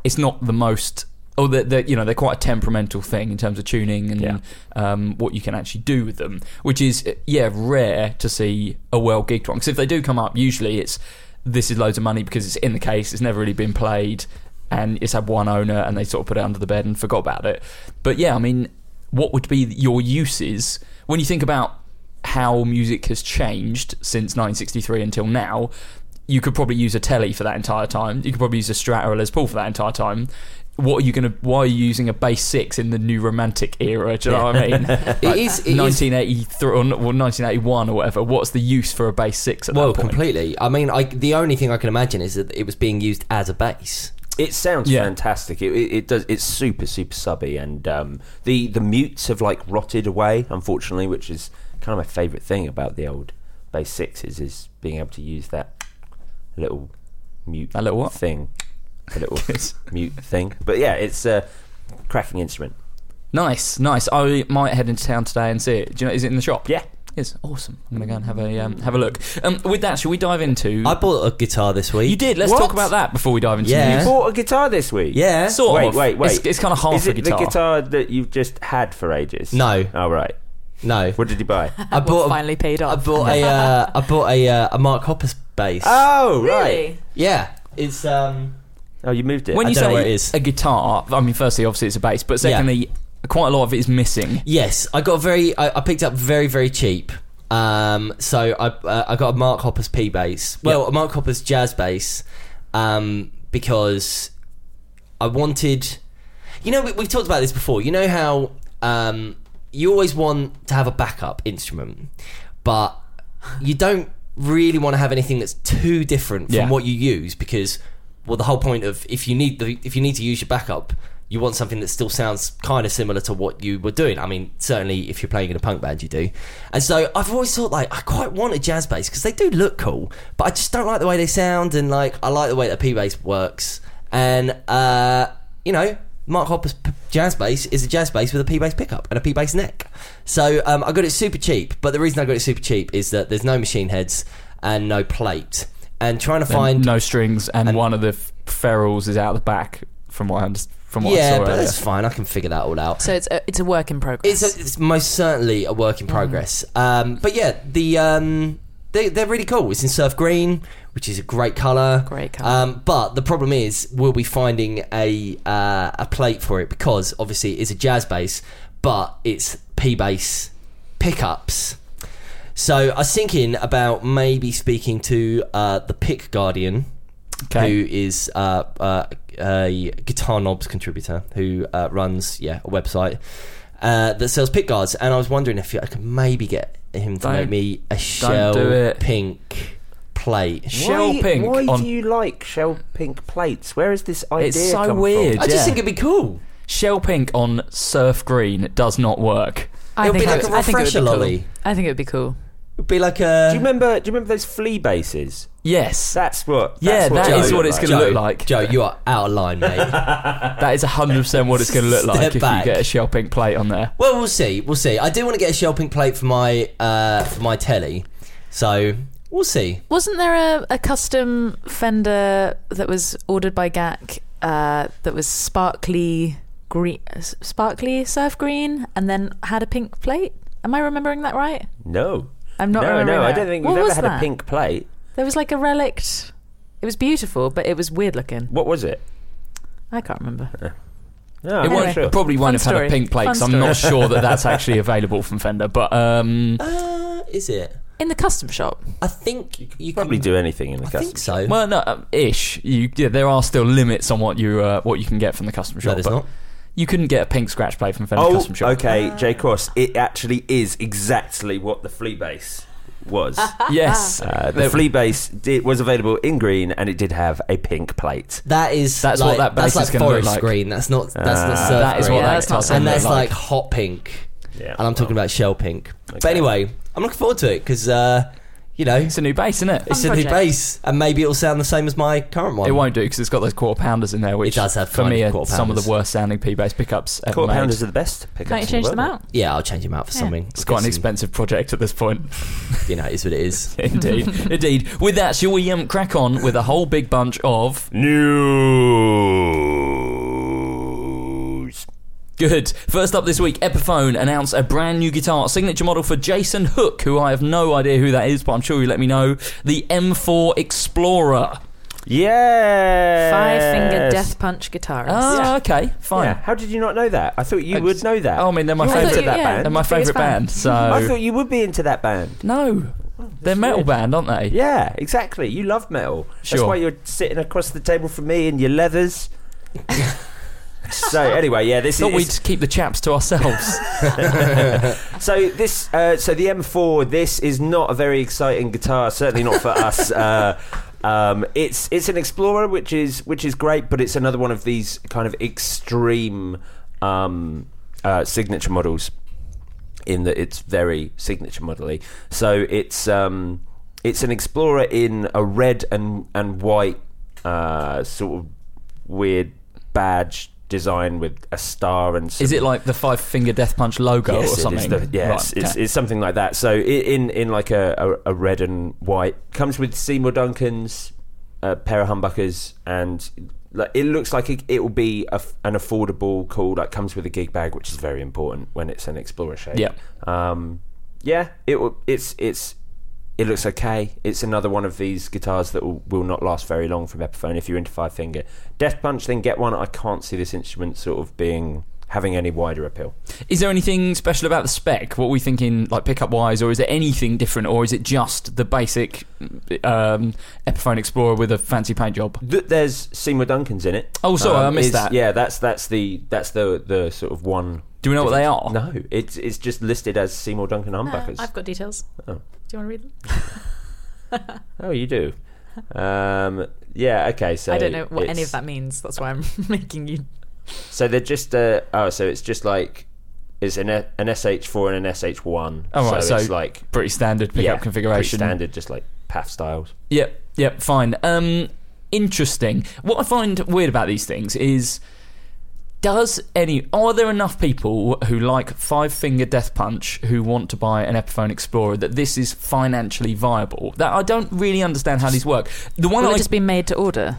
Speaker 1: it's not the most. Or they're, they're, you know, they're quite a temperamental thing in terms of tuning and
Speaker 4: Yeah.
Speaker 1: um, what you can actually do with them, which is uh, yeah rare to see a well gigged one. Because if they do come up, usually it's this is loads of money because it's in the case, it's never really been played, and it's had one owner, and they sort of put it under the bed and forgot about it. But yeah, I mean, what would be your uses when you think about how music has changed since 1963 until now. You could probably use a telly for that entire time. You could probably use a Strat or a Les Paul for that entire time. What are you going to? Why are you using a bass six in the new Romantic era? Do you know what I mean?
Speaker 2: it is. It is
Speaker 1: 1983 or, n- well, 1981 or whatever. What's the use for a bass six at
Speaker 2: well,
Speaker 1: that point?
Speaker 2: completely. I mean, I, the only thing I can imagine is that it was being used as a base.
Speaker 4: It sounds
Speaker 1: Yeah.
Speaker 4: fantastic. It, it, it does. It's super super subby, and um, the the mutes have like rotted away, unfortunately, which is kind of my favourite thing about the old bass sixes is being able to use that little mute
Speaker 1: That little what?
Speaker 4: thing, a
Speaker 1: *laughs*
Speaker 4: little mute thing. But yeah, it's a cracking instrument.
Speaker 1: Nice, nice. I might head into town today and see it. Do you know? Is it in the shop?
Speaker 4: Yeah.
Speaker 1: it's awesome. I'm gonna go and have a um, have a look. Um, with that, shall we dive into?
Speaker 4: Mm.
Speaker 2: I bought a guitar this week.
Speaker 1: you did. Let's
Speaker 4: What?
Speaker 1: talk about that before we dive into.
Speaker 2: Yeah.
Speaker 1: the
Speaker 4: You
Speaker 1: news.
Speaker 4: bought a guitar this week.
Speaker 2: Yeah.
Speaker 1: Sort
Speaker 4: wait,
Speaker 1: of.
Speaker 4: wait, wait.
Speaker 1: It's, it's kind of half
Speaker 4: Is
Speaker 1: a
Speaker 4: it
Speaker 1: guitar.
Speaker 4: the guitar that you've just had for ages?
Speaker 2: No.
Speaker 4: All right.
Speaker 2: No.
Speaker 4: What did you buy?
Speaker 2: I bought. A,
Speaker 3: Finally paid
Speaker 2: I
Speaker 3: off.
Speaker 4: *laughs*
Speaker 2: bought a. Uh, I bought a uh, a Mark Hoppus bass.
Speaker 4: oh, right.
Speaker 3: really?
Speaker 2: yeah. It's um.
Speaker 4: Oh, you moved it.
Speaker 1: When
Speaker 2: I
Speaker 1: you
Speaker 2: don't know
Speaker 1: say
Speaker 2: where it is.
Speaker 1: a guitar, I mean, firstly, obviously, it's a bass, but
Speaker 2: Yeah.
Speaker 1: secondly, quite a lot of it is missing.
Speaker 2: Yes, I got a very. I, I picked up very very cheap. Um, so I uh, I got a Mark Hoppus P bass. Well, a Mark Hoppus jazz bass, um, because I wanted. You know, we, we've talked about this before. You know how um, you always want to have a backup instrument, but you don't really want to have anything that's too different from
Speaker 1: Yeah.
Speaker 2: what you use because, well, the whole point of if you need the if you need to use your backup, you want something that still sounds kind of similar to what you were doing. I mean, certainly if you're playing in a punk band, you do. And so I've always thought like I quite want a jazz bass because they do look cool, but I just don't like the way they sound and like I like the way that P bass works. And uh, you know, Mark Hopper's p- jazz bass is a jazz bass with a P bass pickup and a P bass neck. So um, I got it super cheap, but the reason I got it super cheap is that there's no machine heads and no plate. And trying to
Speaker 1: Then
Speaker 2: find
Speaker 1: no strings, and, one of the f- ferrules is out the back, from what I understand. from what I
Speaker 2: yeah,
Speaker 1: saw
Speaker 2: but
Speaker 1: earlier.
Speaker 2: that's fine. I can figure that all out.
Speaker 3: So it's a, it's a work in progress.
Speaker 2: It's, a, it's most certainly a work in progress. Um, but yeah, the um, they, they're really cool. It's in surf green, which is a great color.
Speaker 3: Great colour.
Speaker 2: Um, but the problem is, we'll be finding a uh, a plate for it because obviously it's a jazz bass, but it's P bass pickups. So I was thinking about maybe speaking to uh, the Pick Guardian,
Speaker 1: Okay.
Speaker 2: who is uh, uh, a Guitar Knobs contributor who uh, runs yeah a website uh, that sells pick guards, and I was wondering if I could maybe get him to
Speaker 1: Don't-
Speaker 2: make me a shell
Speaker 1: do it.
Speaker 2: pink plate.
Speaker 1: Shell
Speaker 4: why,
Speaker 1: pink
Speaker 4: Why
Speaker 1: on-
Speaker 4: do you like shell pink plates? Where is this idea?
Speaker 1: so
Speaker 4: come from?
Speaker 1: weird.
Speaker 2: I just
Speaker 1: Yeah.
Speaker 2: think it'd be cool.
Speaker 1: Shell pink on surf green does not work.
Speaker 3: I
Speaker 2: It'll
Speaker 3: think
Speaker 2: be
Speaker 3: I
Speaker 2: like
Speaker 3: would-
Speaker 2: a
Speaker 3: I think it would
Speaker 2: refresher
Speaker 3: be cool.
Speaker 2: lolly.
Speaker 3: I think it would be cool.
Speaker 2: It'd be like
Speaker 4: Do you
Speaker 2: a.
Speaker 4: remember? Do you remember those flea bases?
Speaker 1: Yes,
Speaker 4: That's what. That's
Speaker 1: Yeah,
Speaker 4: what
Speaker 1: that
Speaker 4: they
Speaker 1: is
Speaker 4: look
Speaker 1: what it's
Speaker 4: like.
Speaker 1: gonna
Speaker 2: Joe,
Speaker 1: look like.
Speaker 2: Joe, you are out of line, mate.
Speaker 1: that is hundred percent what it's going to look
Speaker 2: Step
Speaker 1: like if
Speaker 2: back.
Speaker 1: you get a shell pink plate on there.
Speaker 2: well, we'll see. We'll see. I do want to get a shell pink plate for my uh, for my telly, so we'll see.
Speaker 3: Wasn't there a, a custom Fender that was ordered by GAC uh, that was sparkly green, sparkly surf green, and then had a pink plate? Am I remembering that right?
Speaker 4: No,
Speaker 3: I'm not
Speaker 4: no,
Speaker 3: remembering
Speaker 4: no. I
Speaker 3: that.
Speaker 4: don't think
Speaker 3: What
Speaker 4: we've ever
Speaker 3: was
Speaker 4: had
Speaker 3: that?
Speaker 4: a pink plate.
Speaker 3: There was like a relict. It was beautiful, but it was weird looking.
Speaker 4: What was it?
Speaker 3: I can't remember.
Speaker 4: No,
Speaker 1: It
Speaker 4: I'm
Speaker 1: won't,
Speaker 4: not sure.
Speaker 1: probably won't
Speaker 3: Fun
Speaker 1: have had
Speaker 3: story.
Speaker 1: a pink plate
Speaker 3: Fun
Speaker 1: because I'm
Speaker 3: story.
Speaker 1: not sure that that's actually available from Fender. But
Speaker 2: *laughs*
Speaker 1: um,
Speaker 2: Uh, is it?
Speaker 3: In the custom shop.
Speaker 2: I think you,
Speaker 4: probably
Speaker 2: can,
Speaker 4: do anything in the
Speaker 2: I
Speaker 4: custom.
Speaker 2: think so.
Speaker 1: well, no, um, ish. You, yeah, there are still limits on what you uh, what you can get from the custom shop.
Speaker 2: no, there's
Speaker 1: but
Speaker 2: not.
Speaker 1: You couldn't get a pink scratch plate from Fender
Speaker 4: Oh,
Speaker 1: custom shop.
Speaker 4: okay,
Speaker 3: Ah.
Speaker 4: J Cross. It actually is exactly what the flea base
Speaker 3: *laughs*
Speaker 4: was.
Speaker 1: *laughs* Yes,
Speaker 2: Ah.
Speaker 4: Uh, the
Speaker 1: There-
Speaker 4: flea base did, was available in green, and it did have a pink plate.
Speaker 2: That is
Speaker 1: That's what
Speaker 2: like,
Speaker 1: that
Speaker 2: that's
Speaker 1: base
Speaker 2: like
Speaker 1: is gonna look
Speaker 2: forest
Speaker 1: like.
Speaker 2: green. That's not that's not surf
Speaker 4: Ah.
Speaker 1: That is
Speaker 2: green.
Speaker 1: what
Speaker 3: Yeah,
Speaker 1: that
Speaker 3: that's not
Speaker 1: guitar
Speaker 2: and
Speaker 3: gonna
Speaker 2: that's
Speaker 1: look
Speaker 2: like
Speaker 1: like.
Speaker 2: hot pink.
Speaker 4: Yeah,
Speaker 2: and I'm talking about shell pink. But anyway, I'm looking forward to it because uh, you know
Speaker 1: It's a new bass, isn't it?
Speaker 2: it's a new
Speaker 3: project.
Speaker 2: base, and maybe it'll sound the same as my current one.
Speaker 1: It won't do because it's got those quarter pounders in there, which
Speaker 2: does have
Speaker 1: for
Speaker 2: tiny
Speaker 1: me are
Speaker 2: quarter
Speaker 1: some of
Speaker 2: pounders.
Speaker 1: the worst sounding P bass pickups ever
Speaker 4: Quarter
Speaker 1: made.
Speaker 4: pounders are the best. pickups
Speaker 3: Can't you
Speaker 4: in the
Speaker 3: change them
Speaker 4: world.
Speaker 3: out?
Speaker 2: Yeah, I'll change him out for
Speaker 3: Yeah.
Speaker 2: something.
Speaker 1: It's quite an
Speaker 2: Because,
Speaker 1: expensive project at this
Speaker 4: *laughs*
Speaker 1: point.
Speaker 2: You know, it is what
Speaker 1: *laughs*
Speaker 2: it is.
Speaker 1: Indeed, indeed. With that, shall we um, crack on with a whole big bunch of
Speaker 4: News.
Speaker 1: good? First up this week, Epiphone announced a brand new guitar signature model for Jason Hook, who I have no idea who that is, but I'm sure you let me know. The M4 Explorer.
Speaker 4: Yeah.
Speaker 3: Five finger death punch guitarist.
Speaker 1: Ah, okay, fine.
Speaker 4: Yeah. How did you not know that? I thought you
Speaker 1: I
Speaker 4: would
Speaker 1: just-
Speaker 4: know that.
Speaker 1: Oh, I mean, they're my
Speaker 4: You
Speaker 3: I thought
Speaker 1: favourite.
Speaker 4: you-
Speaker 1: that
Speaker 4: yeah,
Speaker 1: band. They're my
Speaker 3: biggest
Speaker 1: favourite
Speaker 3: fan.
Speaker 1: band. So
Speaker 4: I thought you would be into that band.
Speaker 1: no, they're metal
Speaker 4: weird.
Speaker 1: band, aren't they?
Speaker 4: Yeah, exactly. You love metal. That's
Speaker 1: Sure.
Speaker 4: why you're sitting across the table from me in
Speaker 1: *laughs*
Speaker 4: your leathers. so anyway, yeah, this
Speaker 1: Thought
Speaker 4: is
Speaker 1: we'd keep the chaps to
Speaker 4: *laughs*
Speaker 1: ourselves.
Speaker 4: so this uh, so the M4. This is not a very exciting guitar, certainly not for us. Uh, um, it's it's an Explorer, which is which is great, but it's another one of these kind of extreme um, uh, signature models. In that it's very signature modelly. So it's um, it's an Explorer in a red and and white uh, sort of weird badge design with a star and some
Speaker 1: Is it like the Five Finger Death Punch logo
Speaker 4: Yes,
Speaker 1: or something?
Speaker 4: It is the, yeah,
Speaker 1: Right,
Speaker 4: it's, it's,
Speaker 1: okay.
Speaker 4: it's something like that. So i- in in like a, a, a red and white comes with Seymour Duncan's uh, pair of humbuckers, and like, it looks like it, it will be a f an affordable call. Like comes with a gig bag, which is very important when it's an Explorer shape.
Speaker 1: Yeah.
Speaker 4: Um, yeah. It will. It's it's. It looks okay. It's another one of these guitars that will, will not last very long from Epiphone. If you're into five finger Death Punch, then get one. I can't see this instrument sort of being having any wider appeal.
Speaker 1: Is there anything special about the spec? What are we thinking, like pickup wise, or is it anything different, or is it just the basic um, Epiphone Explorer with a fancy paint job?
Speaker 4: Th- there's Seymour Duncan's in it. Um,
Speaker 1: Oh, sorry, I missed
Speaker 4: is-
Speaker 1: that.
Speaker 4: Yeah, that's that's the that's the the sort of one.
Speaker 1: Do we know what they are?
Speaker 4: No, it's it's just listed as Seymour Duncan humbuckers.
Speaker 3: Ah, I've got details.
Speaker 4: Oh.
Speaker 3: Do you want to read them?
Speaker 4: oh, you do. Um, yeah. Okay. So
Speaker 3: I don't know what any
Speaker 4: it's-
Speaker 3: of that means. That's why I'm *laughs* making you.
Speaker 4: So they're just. Uh, oh, so it's just like it's an E- an SH four and an SH one.
Speaker 1: Oh, right, so
Speaker 4: it's like
Speaker 1: Pretty standard pickup
Speaker 4: yeah,
Speaker 1: configuration.
Speaker 4: pretty standard, just like path styles.
Speaker 1: Yep, yep, fine. Um, interesting. What I find weird about these things is. Does any are there enough people who like Five Finger Death Punch who want to buy an Epiphone Explorer that this is
Speaker 4: Oh,
Speaker 1: financially viable? That I don't really understand how these work. The one
Speaker 3: Will
Speaker 1: I
Speaker 3: it just be made to order?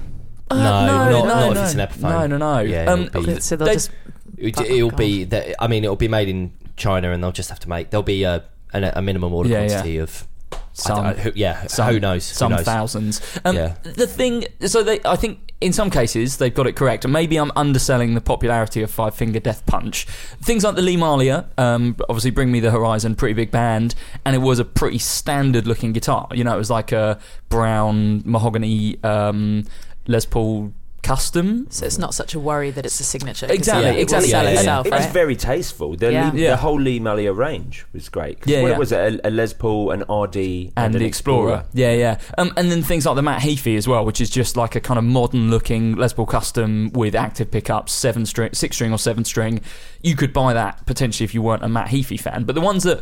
Speaker 1: Uh,
Speaker 2: No,
Speaker 1: no,
Speaker 2: not-
Speaker 1: no,
Speaker 2: not if
Speaker 1: no.
Speaker 2: it's an Epiphone.
Speaker 1: No, no, no.
Speaker 2: Yeah,
Speaker 1: Um,
Speaker 2: it'll be-
Speaker 3: So they'll
Speaker 1: They-
Speaker 3: just
Speaker 2: It,
Speaker 3: Oh,
Speaker 2: it'll
Speaker 3: God.
Speaker 2: be that. I mean, it'll be made in China, and they'll just have to make. There'll be a an, a minimum order
Speaker 1: Yeah, yeah.
Speaker 2: quantity of. I
Speaker 1: Some.
Speaker 2: don't- who, yeah.
Speaker 1: some,
Speaker 2: who knows?
Speaker 1: Some
Speaker 2: who knows?
Speaker 1: thousands. Um,
Speaker 2: Yeah.
Speaker 1: The thing, so they, I think in some cases they've got it correct, and maybe I'm underselling the popularity of Five Finger Death Punch. Things like the Lee Malia, um, obviously Bring Me the Horizon, pretty big band, and it was a pretty standard looking guitar. You know, it was like a brown mahogany um, Les Paul custom.
Speaker 3: So it's not such a worry that it's a signature. 'cause
Speaker 1: Exactly,
Speaker 3: it will
Speaker 1: exactly.
Speaker 3: sell
Speaker 2: Yeah, yeah,
Speaker 3: itself,
Speaker 4: It was
Speaker 3: Oh, right?
Speaker 4: very tasteful. The,
Speaker 3: Yeah.
Speaker 4: Lee-
Speaker 1: Yeah.
Speaker 4: the whole Lee Malia range was great. 'Cause
Speaker 1: Yeah,
Speaker 4: what
Speaker 1: yeah.
Speaker 4: was it? A, a Les Paul, an RD, and,
Speaker 1: and
Speaker 4: an
Speaker 1: the Explorer. Yeah, yeah. Um, and then things like the Matt Heafy as well, which is just like a kind of modern looking Les Paul custom with active pickups, seven string, six string or seven string. You could buy that potentially if you weren't a Matt Heafy fan. But the ones that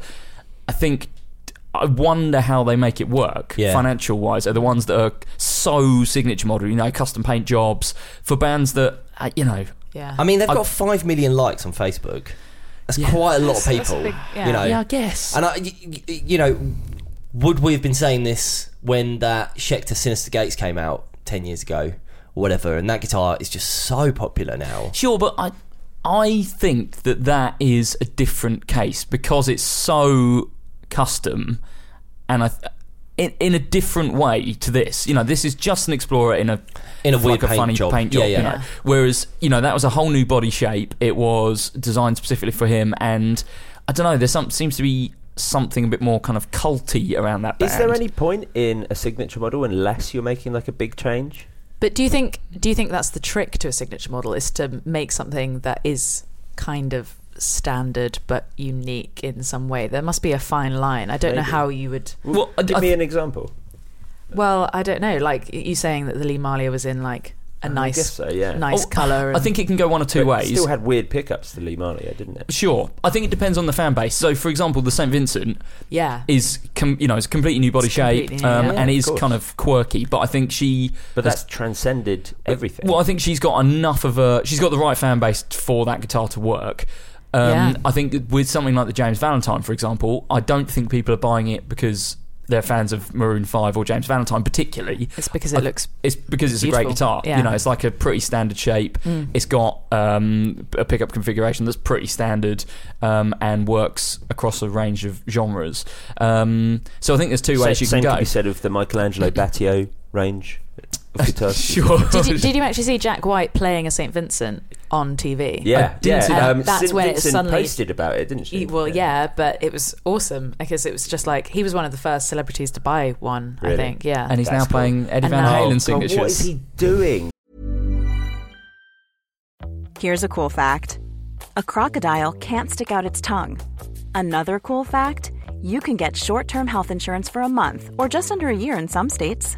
Speaker 1: I think. I wonder how they make it work
Speaker 2: Yeah.
Speaker 1: financial wise are the ones that are so signature model, you know, custom paint jobs for bands that, uh, you know,
Speaker 3: Yeah.
Speaker 2: I mean, they've
Speaker 1: I-
Speaker 2: got five million likes on Facebook. That's
Speaker 1: Yeah.
Speaker 2: quite a lot of
Speaker 3: That's- that's a
Speaker 2: people.
Speaker 3: big- yeah.
Speaker 2: You know,
Speaker 1: yeah, I guess.
Speaker 2: and I, y- y- you know, would we have been saying this when that Schecter Sinister Gates came out ten years ago, or whatever? And that guitar is just so popular now.
Speaker 1: Sure, but I I think that that is a different case because it's so custom, and I. th- in, in a different way to this, you know, this is just an explorer in a
Speaker 2: In a
Speaker 1: like
Speaker 2: weird paint
Speaker 1: funny
Speaker 2: job.
Speaker 1: paint job,
Speaker 2: Yeah, yeah.
Speaker 1: you know.
Speaker 2: Yeah.
Speaker 1: Whereas, you know, that was a whole new body shape. It was designed specifically for him, and I don't know. There some, seems to be something a bit more kind of culty around that.
Speaker 4: Is there
Speaker 1: band.
Speaker 4: any point in a signature model unless you're making like a big change?
Speaker 3: But do you think do you think that's the trick to a signature model is to make something that is kind of standard but unique in some way? There must be a fine line. I don't know
Speaker 4: Maybe.
Speaker 3: how you would.
Speaker 1: Well, I-
Speaker 4: Give
Speaker 1: I
Speaker 4: me
Speaker 1: th-
Speaker 4: an example.
Speaker 3: Well, I don't know. Like you saying that the Lee Malia was in like a nice,
Speaker 4: guess so, yeah.
Speaker 3: nice
Speaker 1: Oh,
Speaker 3: color.
Speaker 1: I think it can go one of two
Speaker 4: But
Speaker 1: ways.
Speaker 4: it Still had weird pickups, the Lee Malia, didn't it?
Speaker 1: Sure, I think it depends on the fan base. So, for example, the Saint Vincent
Speaker 3: yeah.
Speaker 1: is com- you know it's a completely new body
Speaker 3: It's
Speaker 1: shape
Speaker 3: completely new,
Speaker 1: um,
Speaker 3: yeah.
Speaker 1: and is
Speaker 4: course.
Speaker 1: kind of quirky, but I think she.
Speaker 4: But that's transcended everything.
Speaker 1: Well, I think she's got enough of a. She's got the right fan base for that guitar to work. Um,
Speaker 3: Yeah.
Speaker 1: I think with something like the James Valentine, for example, I don't think people are buying it because they're fans of Maroon Five or James Valentine, particularly.
Speaker 3: it's because it
Speaker 1: I- *laughs*
Speaker 3: looks.
Speaker 1: It's because it's a great
Speaker 3: Beautiful.
Speaker 1: guitar. You
Speaker 3: Yeah. Mm.
Speaker 1: know, it's like a pretty standard shape. It's got um, a pickup configuration that's pretty standard um, and works across a range of genres. Um, so I think there's two
Speaker 4: Sa-
Speaker 1: ways you
Speaker 4: same
Speaker 1: can go.
Speaker 4: could be said of
Speaker 1: *clears throat*
Speaker 4: the Michelangelo Battio range
Speaker 1: *laughs*
Speaker 4: of guitars.
Speaker 1: Sure.
Speaker 3: Did you, did you actually see Jack White playing a Saint Vincent on TV?
Speaker 4: Yeah,
Speaker 1: I didn't
Speaker 4: yeah.
Speaker 1: see
Speaker 5: Um,
Speaker 3: that. That's
Speaker 4: St.
Speaker 3: when it
Speaker 4: Vincent
Speaker 3: suddenly-
Speaker 4: posted about it, didn't she?
Speaker 3: He- well, yeah. but it was awesome because it was just like he was one of the first celebrities to buy one. I
Speaker 4: Really?
Speaker 3: think, yeah.
Speaker 1: *laughs* and he's
Speaker 4: That's
Speaker 1: now playing Eddie
Speaker 3: And
Speaker 1: Van
Speaker 3: now-
Speaker 1: Halen
Speaker 4: God, what is
Speaker 1: signatures.
Speaker 4: he doing?
Speaker 6: Here's a cool fact a crocodile can't stick out its tongue. Another cool fact you can get short term health insurance for a month or just under a year in some states.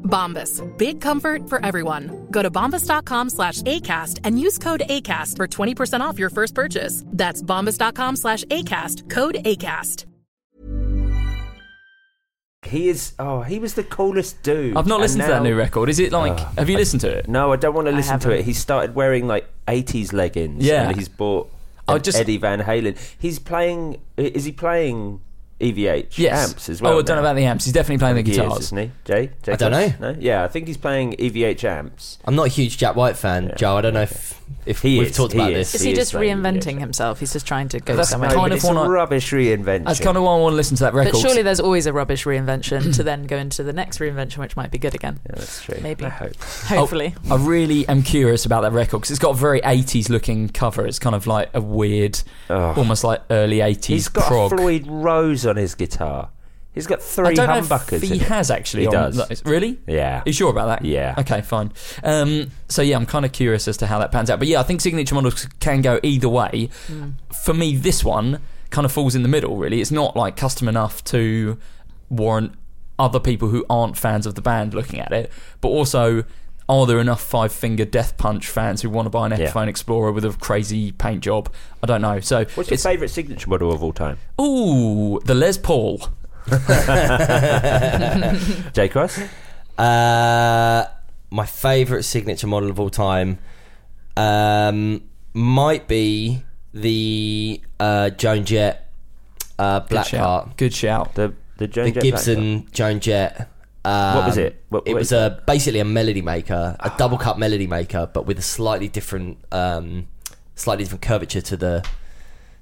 Speaker 7: Bombas. Big comfort for everyone. Go to bombas.com slash ACAST and use code ACAST for 20% off your first purchase. That's bombas.com slash ACAST, code ACAST.
Speaker 4: He is. Oh, he was the coolest dude.
Speaker 1: I've not
Speaker 4: And
Speaker 1: listened to that
Speaker 4: now-
Speaker 1: new record. Is it like?
Speaker 4: Ugh.
Speaker 1: have you listened to it?
Speaker 4: No, I don't want to
Speaker 3: I
Speaker 4: listen to
Speaker 3: haven't.
Speaker 4: it. He started wearing like '80s leggings.
Speaker 1: Yeah.
Speaker 4: and he's bought.
Speaker 1: I
Speaker 4: an
Speaker 1: just-
Speaker 4: Eddie Van Halen. He's playing. Is he playing EVH
Speaker 1: Yes.
Speaker 4: amps as well?
Speaker 1: Oh, I don't know
Speaker 4: now?
Speaker 1: about the amps. He's definitely playing the
Speaker 4: He is,
Speaker 1: guitars.
Speaker 4: isn't he? Jay, Jay
Speaker 2: I don't
Speaker 4: Cox?
Speaker 2: know.
Speaker 4: No? Yeah, I think he's playing EVH amps.
Speaker 2: I'm not a huge Jack White fan, Joe. I don't know if if
Speaker 4: He
Speaker 2: we've
Speaker 4: is,
Speaker 2: talked
Speaker 4: he
Speaker 2: about
Speaker 4: is.
Speaker 2: this.
Speaker 3: Is he
Speaker 4: is
Speaker 3: just
Speaker 4: playing
Speaker 3: reinventing
Speaker 4: music.
Speaker 3: himself? He's just trying to go
Speaker 1: That's
Speaker 3: somewhere.
Speaker 1: kind
Speaker 4: No,
Speaker 1: of
Speaker 4: but it's
Speaker 1: one
Speaker 4: a
Speaker 1: I-
Speaker 4: rubbish reinvention.
Speaker 1: That's kind of why I want to listen to that record.
Speaker 3: But surely there's always a rubbish
Speaker 1: *clears throat*
Speaker 3: reinvention to then go into the next reinvention, which might be good again.
Speaker 4: Yeah,
Speaker 3: *laughs*
Speaker 4: that's true.
Speaker 3: Maybe.
Speaker 4: I hope.
Speaker 1: Oh.
Speaker 3: Hopefully.
Speaker 1: I really am curious about that record because it's got a very 80s looking cover. It's kind of like a weird,
Speaker 4: Ugh.
Speaker 1: almost like early 80s
Speaker 4: He's got
Speaker 1: prog.
Speaker 4: a Floyd Rose on his guitar. He's got
Speaker 1: I
Speaker 4: three
Speaker 1: don't know
Speaker 4: humbuckers.
Speaker 1: if he
Speaker 4: in it.
Speaker 1: has actually.
Speaker 4: He
Speaker 1: on
Speaker 4: does.
Speaker 1: those. Really?
Speaker 4: Yeah.
Speaker 1: Are you sure about that?
Speaker 4: Yeah.
Speaker 1: Okay, fine. Um, so yeah, I'm kind of curious as to how that pans out. But yeah, I think signature models can go either way. For me, this one kind of falls in the middle. Really, it's not like custom enough to warrant other people who aren't fans of the band looking at it, but also. Are there enough Five Finger Death Punch fans who want to buy an
Speaker 4: Yeah.
Speaker 1: Epiphone Explorer with a crazy paint job? I don't know. So,
Speaker 4: What's your
Speaker 1: it's,
Speaker 4: favourite signature model of all time?
Speaker 1: ooh, the Les Paul.
Speaker 4: Jay Cross?
Speaker 2: Uh, my favourite signature model of all time um, might be the uh, Joan Jett uh,
Speaker 1: Good
Speaker 2: Black
Speaker 1: shout.
Speaker 2: Heart.
Speaker 1: Good shout.
Speaker 4: The the, Joan
Speaker 2: the
Speaker 4: Jett
Speaker 2: Gibson Joan Jett. Um,
Speaker 4: was it? What-
Speaker 2: it
Speaker 4: what
Speaker 2: was
Speaker 4: is Ah.
Speaker 2: a basically a melody maker, a double cut melody maker, but with a slightly different, um, slightly different curvature to the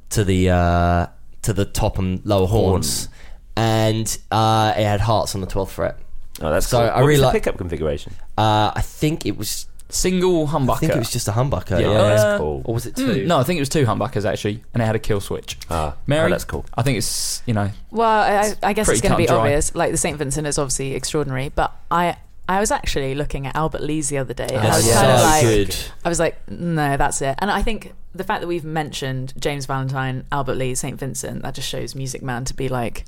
Speaker 2: to the uh, to the top and lower horns, and uh, it had hearts on the twelfth fret.
Speaker 4: Blackheart? Oh, that's
Speaker 2: So
Speaker 4: cool.
Speaker 2: I
Speaker 4: What was
Speaker 2: really
Speaker 4: the
Speaker 2: like-
Speaker 4: pickup configuration.
Speaker 2: Uh, I think it was.
Speaker 1: Single humbucker.
Speaker 2: I think it was just a humbucker.
Speaker 1: Yeah.
Speaker 2: Yeah,
Speaker 4: Oh,
Speaker 1: Uh,
Speaker 4: that's cool.
Speaker 2: or was
Speaker 3: Hmm.
Speaker 2: it
Speaker 1: Mm,
Speaker 2: two?
Speaker 1: no, I think it was two humbuckers actually, and it had a kill switch.
Speaker 4: Ah,
Speaker 1: Mary,
Speaker 4: oh, that's cool.
Speaker 1: I think it's you know
Speaker 3: Well, I, I I guess
Speaker 1: Pretty
Speaker 3: it's going to be
Speaker 1: cut and dry.
Speaker 3: obvious. Like the St. Vincent is obviously extraordinary, but I I was actually looking at Albert Lees the other day. and I
Speaker 1: Oh,
Speaker 2: That's
Speaker 3: was
Speaker 2: so
Speaker 3: kind of like,
Speaker 2: good.
Speaker 3: I was like, no, that's it. And I think the fact that we've mentioned James Valentine, Albert Lee, St. Vincent, that just shows Music Man to be like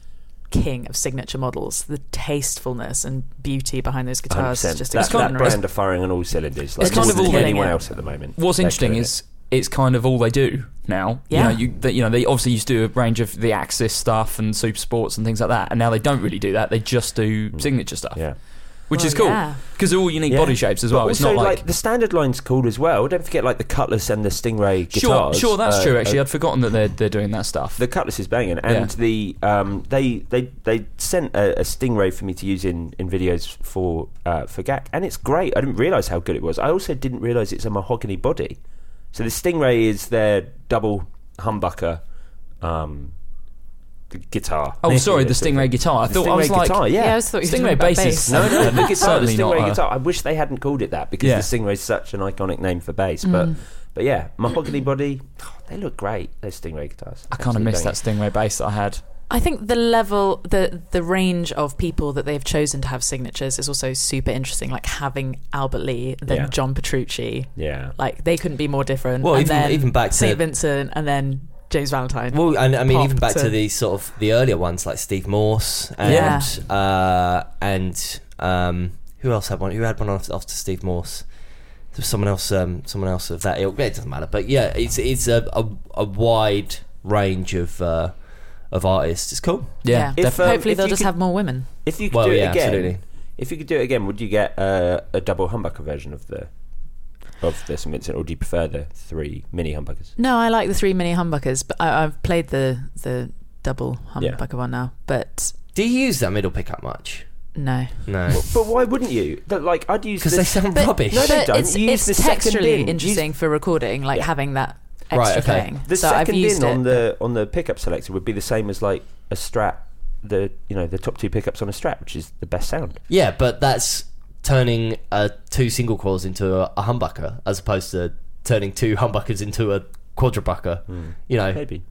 Speaker 3: king of signature models. The tastefulness and beauty behind those
Speaker 1: Uh,
Speaker 3: guitars
Speaker 4: 100%.
Speaker 3: is just
Speaker 4: that, that
Speaker 3: extraordinary.
Speaker 4: brand are firing on all cylinders. Like
Speaker 1: It's kind
Speaker 4: more
Speaker 1: of
Speaker 4: than
Speaker 1: all-
Speaker 4: anyone
Speaker 3: Yeah.
Speaker 4: else at the moment. uh,
Speaker 1: what's
Speaker 4: They're
Speaker 1: interesting
Speaker 4: doing
Speaker 1: is it's kind of all they do now.
Speaker 3: Yeah.
Speaker 1: You know, you, they, you know they obviously used to do a range of the Axis stuff and Super Sports and things like that, and now they don't really do that. They just do signature stuff,
Speaker 4: it. Mm. yeah.
Speaker 1: which is
Speaker 3: Well,
Speaker 1: cool
Speaker 3: yeah.
Speaker 1: because they're all unique
Speaker 4: Yeah.
Speaker 1: body shapes as
Speaker 4: But
Speaker 1: well. It's
Speaker 4: also,
Speaker 1: not like,
Speaker 4: the standard line's cool as well. Don't forget like the Cutlass and the Stingray
Speaker 1: sure,
Speaker 4: guitars.
Speaker 1: sure that's
Speaker 4: Uh,
Speaker 1: true. Actually,
Speaker 4: uh,
Speaker 1: I'd forgotten that they're they're doing that stuff.
Speaker 4: the Cutlass is banging, and
Speaker 1: Yeah.
Speaker 4: the um, they they they sent a, a Stingray for me to use in, in videos for uh, for GAC, and it's great. I didn't realize how good it was. I also didn't realize it's a mahogany body. So the Stingray is their double humbucker um, g- guitar.
Speaker 1: oh, sorry, the
Speaker 4: It's a-
Speaker 1: Stingray guitar. I
Speaker 4: the
Speaker 1: thought I
Speaker 4: Stingray
Speaker 1: was like
Speaker 4: guitar, yeah.
Speaker 3: yeah.
Speaker 1: *laughs*
Speaker 3: I was thought you were
Speaker 1: Stingray
Speaker 3: talking about
Speaker 1: bass is-
Speaker 3: bass. *laughs*
Speaker 4: No, no, the guitar, the
Speaker 1: Certainly not
Speaker 4: Stingray
Speaker 1: a-
Speaker 4: guitar. I wish they hadn't called it that because
Speaker 1: Yeah.
Speaker 4: the Stingray is such an iconic name for bass. But
Speaker 3: Mm.
Speaker 4: but yeah, mahogany body, Oh, they look great. Those Stingray guitars.
Speaker 1: I kind of missed that Stingray bass that I had.
Speaker 3: I think the level, the the range of people that they've chosen to have signatures is also super interesting. Like having Albert Lee, then
Speaker 4: Yeah.
Speaker 3: John Petrucci,
Speaker 4: Yeah.
Speaker 3: like they couldn't be more different.
Speaker 2: Well,
Speaker 3: and
Speaker 2: even-
Speaker 3: then
Speaker 2: even back to-
Speaker 3: St. Vincent, and then James Valentine.
Speaker 2: Well, and I mean,
Speaker 3: Pop
Speaker 2: even back
Speaker 3: to-
Speaker 2: to the sort of the earlier ones like Steve Morse and
Speaker 3: Yeah.
Speaker 2: uh, and um, who else had one? Who had one after, after Steve Morse? There was someone else, um, someone else of that ilk. It doesn't matter, but yeah, it's it's a a, a wide range of uh, of artists. It's cool.
Speaker 1: Yeah,
Speaker 4: If,
Speaker 1: definitely.
Speaker 4: um,
Speaker 3: Hopefully,
Speaker 4: if
Speaker 3: they'll
Speaker 4: you
Speaker 3: just
Speaker 4: could-
Speaker 3: have more women.
Speaker 4: If you could
Speaker 2: Well,
Speaker 4: do it
Speaker 2: yeah,
Speaker 4: again,
Speaker 2: absolutely.
Speaker 4: if you could do it again, would you get uh, a double humbucker version of the of the St Vincent, or do you prefer the three mini humbuckers?
Speaker 3: No, I like the three mini humbuckers, but I, I've played the the double humbucker one now. But
Speaker 2: Do you use that middle pickup much?
Speaker 3: no,
Speaker 2: No,
Speaker 4: But why wouldn't you? That, like I'd use
Speaker 2: because they
Speaker 4: this-
Speaker 2: sound
Speaker 3: but,
Speaker 2: rubbish.
Speaker 4: No, they
Speaker 3: but
Speaker 4: don't.
Speaker 3: It's,
Speaker 4: You use
Speaker 3: it's
Speaker 4: the second
Speaker 3: texturally
Speaker 4: bin.
Speaker 3: interesting for recording, like having that extra
Speaker 2: Right, okay.
Speaker 3: thing.
Speaker 4: *laughs* The
Speaker 3: so I've
Speaker 4: second
Speaker 3: used
Speaker 4: in
Speaker 3: it.
Speaker 4: on the on the pickup selector would be the same as like a Strat, the you know the top two pickups on a Strat, which is the best sound.
Speaker 2: Yeah, but that's turning uh, two single coils into a, a humbucker as opposed to turning two humbuckers into a quadrubucker. You know,
Speaker 4: Maybe.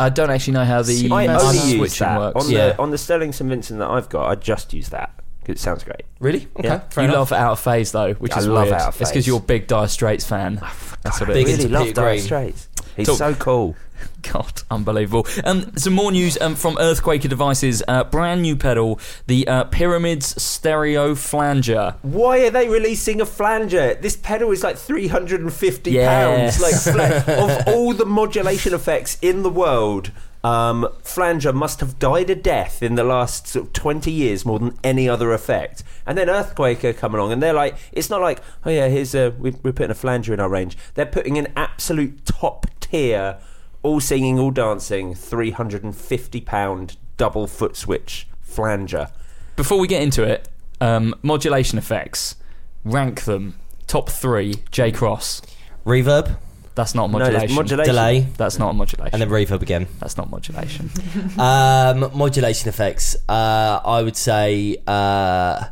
Speaker 1: I don't actually know how the
Speaker 4: um, I
Speaker 3: That's
Speaker 4: only
Speaker 3: how
Speaker 4: use
Speaker 1: switching
Speaker 4: that
Speaker 1: works.
Speaker 4: on
Speaker 2: Yeah.
Speaker 4: the on the Sterling St Vincent that I've got. I just use that 'cause it sounds great.
Speaker 2: really? Okay,
Speaker 4: Yeah.
Speaker 2: fair
Speaker 1: you
Speaker 2: enough.
Speaker 1: love Out of Phase though, which
Speaker 4: I
Speaker 1: is
Speaker 4: love
Speaker 1: weird.
Speaker 4: Out of
Speaker 1: It's because
Speaker 4: Phase. Ah,
Speaker 1: you're a big Dire Straits fan. That's what it
Speaker 2: Big
Speaker 1: is.
Speaker 2: into
Speaker 4: really love
Speaker 2: Peter
Speaker 4: Dire
Speaker 2: Green.
Speaker 4: Straits. He's
Speaker 1: Talk-
Speaker 4: so cool.
Speaker 1: *laughs* God, unbelievable. Um, some more news um, from Earthquaker Devices. Uh, brand new pedal, the uh, Pyramids Stereo Flanger.
Speaker 4: Why are they releasing a flanger? This pedal is like 350
Speaker 1: Yes.
Speaker 4: pounds. Like fla- of all the modulation effects in the world, Um, Flanger must have died a death in the last sort of 20 years more than any other effect. And then Earthquaker come along and they're like, it's not like, oh yeah, here's a, we, we're putting a Flanger in our range. They're putting an absolute top tier, all singing, all dancing, 350 pound double foot switch Flanger.
Speaker 1: Before we get into it, um, modulation effects. Rank them. Top three. J Cross.
Speaker 2: Reverb,
Speaker 1: That's not
Speaker 4: No, there's
Speaker 1: modulation.
Speaker 4: modulation.
Speaker 2: delay,
Speaker 1: That's not modulation.
Speaker 2: and then reverb again.
Speaker 1: That's not modulation.
Speaker 2: Um, modulation effects. Uh, I would say uh,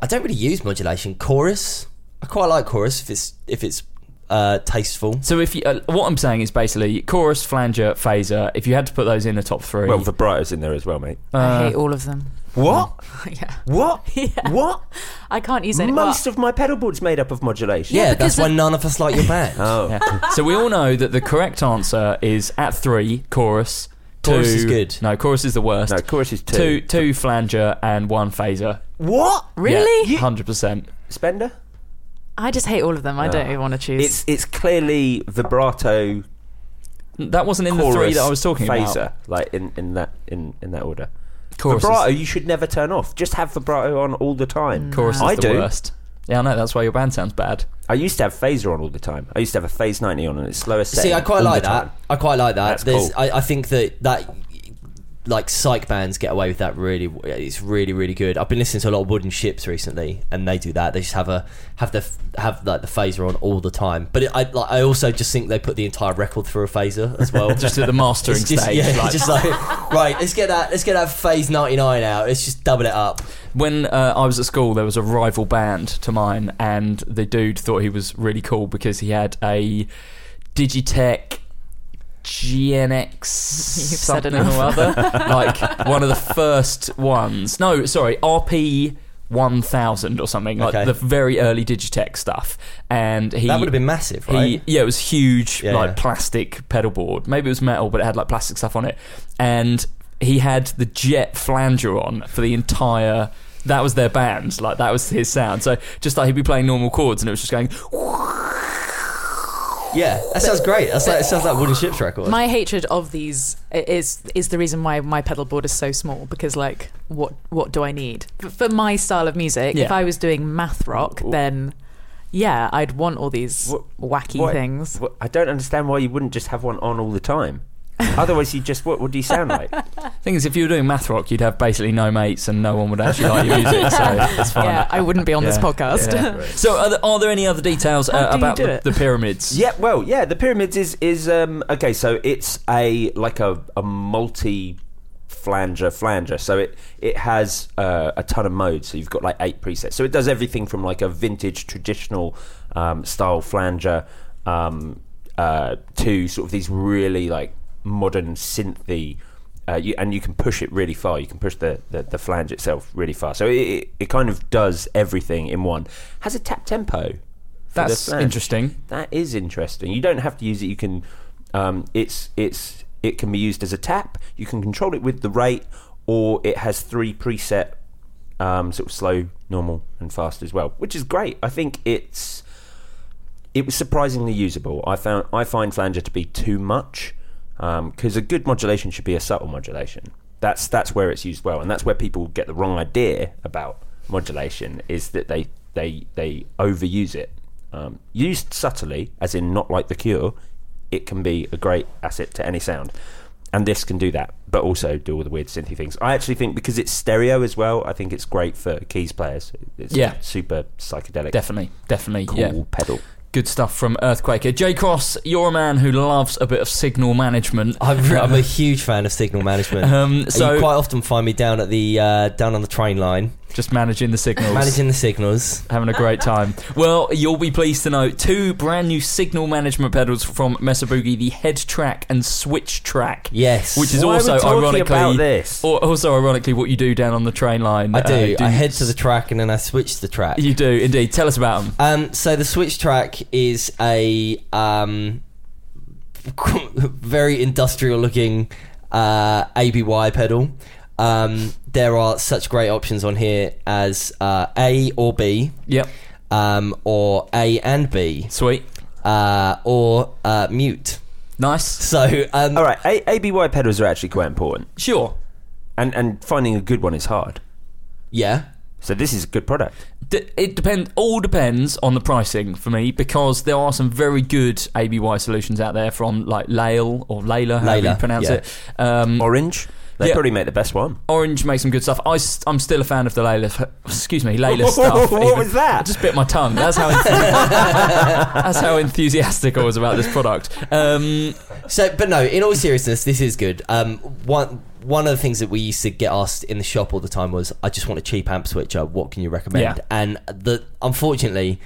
Speaker 2: I don't really use modulation. Chorus. I quite like chorus if it's if it's uh, tasteful.
Speaker 1: so if you, uh, what I'm saying is basically chorus, flanger, phaser. If you had to put those in the top three,
Speaker 4: Well, vibrato's in there as well, mate.
Speaker 3: I
Speaker 2: uh,
Speaker 3: hate all of them. *laughs*
Speaker 4: What?
Speaker 3: yeah.
Speaker 4: What? What?
Speaker 3: I can't use any.
Speaker 4: Most
Speaker 3: well,
Speaker 4: of my pedal board's made up of modulation.
Speaker 2: Yeah,
Speaker 3: because
Speaker 2: that's why
Speaker 3: the-
Speaker 2: none of us like your band.
Speaker 4: Oh.
Speaker 1: Yeah. *laughs* so we all know that the correct answer is at three chorus. Two,
Speaker 2: Chorus is good.
Speaker 1: No, chorus is the worst.
Speaker 4: No, chorus is
Speaker 1: two,
Speaker 4: two.
Speaker 1: two flanger and one phaser.
Speaker 4: What?
Speaker 3: really?
Speaker 1: Hundred percent.
Speaker 4: Spender?
Speaker 3: I just hate all of them. I don't even want to choose.
Speaker 4: It's it's clearly vibrato
Speaker 1: That wasn't in
Speaker 4: chorus,
Speaker 1: the three that I was talking
Speaker 4: phaser,
Speaker 1: about.
Speaker 4: like in, in that in, in that order.
Speaker 1: Chorus is-
Speaker 4: Vibrato you should never turn off. Just have vibrato on all the time.
Speaker 1: Chorus is
Speaker 4: I
Speaker 1: the
Speaker 4: do.
Speaker 1: worst. Yeah, I know. That's why your band sounds bad.
Speaker 4: I used to have phaser on all the time. I used to have a phase ninety on and it's slower set.
Speaker 2: See, I quite like that. I quite like that.
Speaker 4: That's
Speaker 2: There's,
Speaker 4: cool.
Speaker 2: I, I think that that like psych bands get away with that really. It's really really good. I've been listening to a lot of Wooden Ships recently, and they do that. They just have a have the have like the phaser on all the time. But it, I like, I also just think they put the entire record through a phaser as well.
Speaker 1: Just at the mastering
Speaker 2: It's *laughs* just-
Speaker 1: stage.
Speaker 2: yeah,
Speaker 1: like-
Speaker 2: just like right. Let's get that. Let's get that phase ninety nine out. Let's just double it up.
Speaker 1: when uh, I was at school, there was a rival band to mine, and the dude thought he was really cool because he had a Digitech GNX
Speaker 2: *laughs*
Speaker 3: said
Speaker 1: something
Speaker 3: enough.
Speaker 1: or other, like one of the first ones. No, sorry, RP. 1000 or something like
Speaker 2: Okay.
Speaker 1: the very early digitech stuff and he
Speaker 2: That would have been massive,
Speaker 1: he,
Speaker 2: right?
Speaker 1: yeah, it was huge,
Speaker 2: Yeah,
Speaker 1: like
Speaker 2: yeah.
Speaker 1: plastic pedal board. Maybe it was metal, but it had like plastic stuff on it. And he had the jet flanger on for the entire. That was their band. Like that was his sound. So just like he'd be playing normal chords, and it was just going.
Speaker 2: Yeah, that sounds great. That's like, it sounds like Wooden Ships record.
Speaker 3: my hatred of these i- is is the reason why my pedal board is so small because like what what do I need F- for my style of music? If
Speaker 1: Yeah.
Speaker 3: I was doing math rock, then yeah, I'd want all these wacky
Speaker 1: *laughs*
Speaker 4: Why-
Speaker 3: things.
Speaker 4: wh- I don't understand why you wouldn't just have one on all the time. Otherwise you just what what do you sound like?
Speaker 1: Thing is, if you were doing math rock, you'd have basically no mates, and no one would actually like your
Speaker 2: *laughs*
Speaker 1: music. So that's fine.
Speaker 3: Yeah, I wouldn't be on this
Speaker 1: Yeah.
Speaker 3: podcast. *laughs*
Speaker 1: Yeah. So are there, are there any other details
Speaker 3: How
Speaker 1: uh,
Speaker 3: do you
Speaker 1: about
Speaker 3: do
Speaker 1: the,
Speaker 3: it?
Speaker 1: the pyramids?
Speaker 4: Yeah, well, yeah, the pyramids is is um okay, so it's a like a, a multi flanger flanger. So it it has uh, a ton of modes. So you've got like eight presets. So it does everything from like a vintage traditional um, style flanger um, uh, to sort of these really like modern synthy uh, you, and you can push it really far. You can push the, the, the flange itself really far. So it, it, it kind of does everything in one. Has a tap tempo. for the
Speaker 1: That's
Speaker 4: flange.
Speaker 1: interesting.
Speaker 4: That is interesting. You don't have to use it. You can. Um, it's it's it can be used as a tap. You can control it with the rate, or it has three preset um, sort of slow, normal, and fast as well, which is great. I think it's it was surprisingly usable. I found I find flanger to be too much because a good modulation should be a subtle modulation. That's that's where it's used well, and that's where people get the wrong idea about modulation is that they they they overuse it. Um, used subtly, as in not like the Cure, it can be a great asset to any sound. And this can do that, but also do all the weird synthy things. I actually think because it's stereo as well, I think it's great for keys players. It's
Speaker 1: Yeah.
Speaker 4: super psychedelic,
Speaker 1: Definitely, definitely.
Speaker 4: cool
Speaker 1: Yeah.
Speaker 4: pedal.
Speaker 1: Good stuff from Earthquaker. J Cross, you're a man who loves a bit of signal management.
Speaker 2: *laughs* I'm, re- I'm a huge fan of signal management.
Speaker 1: Um, so-
Speaker 2: you quite often find me down at the uh, down on the train line,
Speaker 1: *laughs* Just managing the signals.
Speaker 2: managing the signals.
Speaker 1: Having a great time. Well, you'll be pleased to know two brand new signal management pedals from Mesobugi, the head track and switch track.
Speaker 2: Yes,
Speaker 1: Which is
Speaker 4: Why are we
Speaker 1: also
Speaker 4: talking
Speaker 1: ironically
Speaker 4: about this?
Speaker 1: Or also ironically what you do down on the train line.
Speaker 2: I do.
Speaker 1: Uh,
Speaker 2: I head to the track and then I switch to the track.
Speaker 1: You do indeed. Tell us about them.
Speaker 2: Um, so the switch track is a um, *laughs* very industrial looking uh, ABY pedal. Um, there are such great options on here as uh, A or B,
Speaker 1: Yep.
Speaker 2: um, or A and B,
Speaker 1: Sweet.
Speaker 2: uh, or uh, mute.
Speaker 1: Nice.
Speaker 2: So, um,
Speaker 4: All right, A- ABY pedals are actually quite important,
Speaker 1: Sure.
Speaker 4: and and finding a good one is hard.
Speaker 2: yeah,
Speaker 4: So this is a good product.
Speaker 1: D- it depend. All depends on the pricing for me because there are some very good ABY solutions out there from like Lail or Layla, however you
Speaker 2: Layla,
Speaker 1: pronounce
Speaker 2: yeah.
Speaker 1: it.
Speaker 3: Mm.
Speaker 1: Um,
Speaker 4: Orange, they
Speaker 1: Yeah.
Speaker 4: probably make the best one.
Speaker 1: Orange makes some good stuff. I, am still a fan of the Layla. Excuse me,
Speaker 4: *laughs*
Speaker 1: Layla stuff.
Speaker 4: What was that?
Speaker 1: I just bit my tongue. That's how. enthusi- *laughs* that's how enthusiastic I was about this product. Um,
Speaker 2: So, but no, in all seriousness, this is good. Um, one one of the things that we used to get asked in the shop all the time was, "I just want a cheap amp switcher. What can you recommend?"
Speaker 1: Yeah.
Speaker 2: And the unfortunately,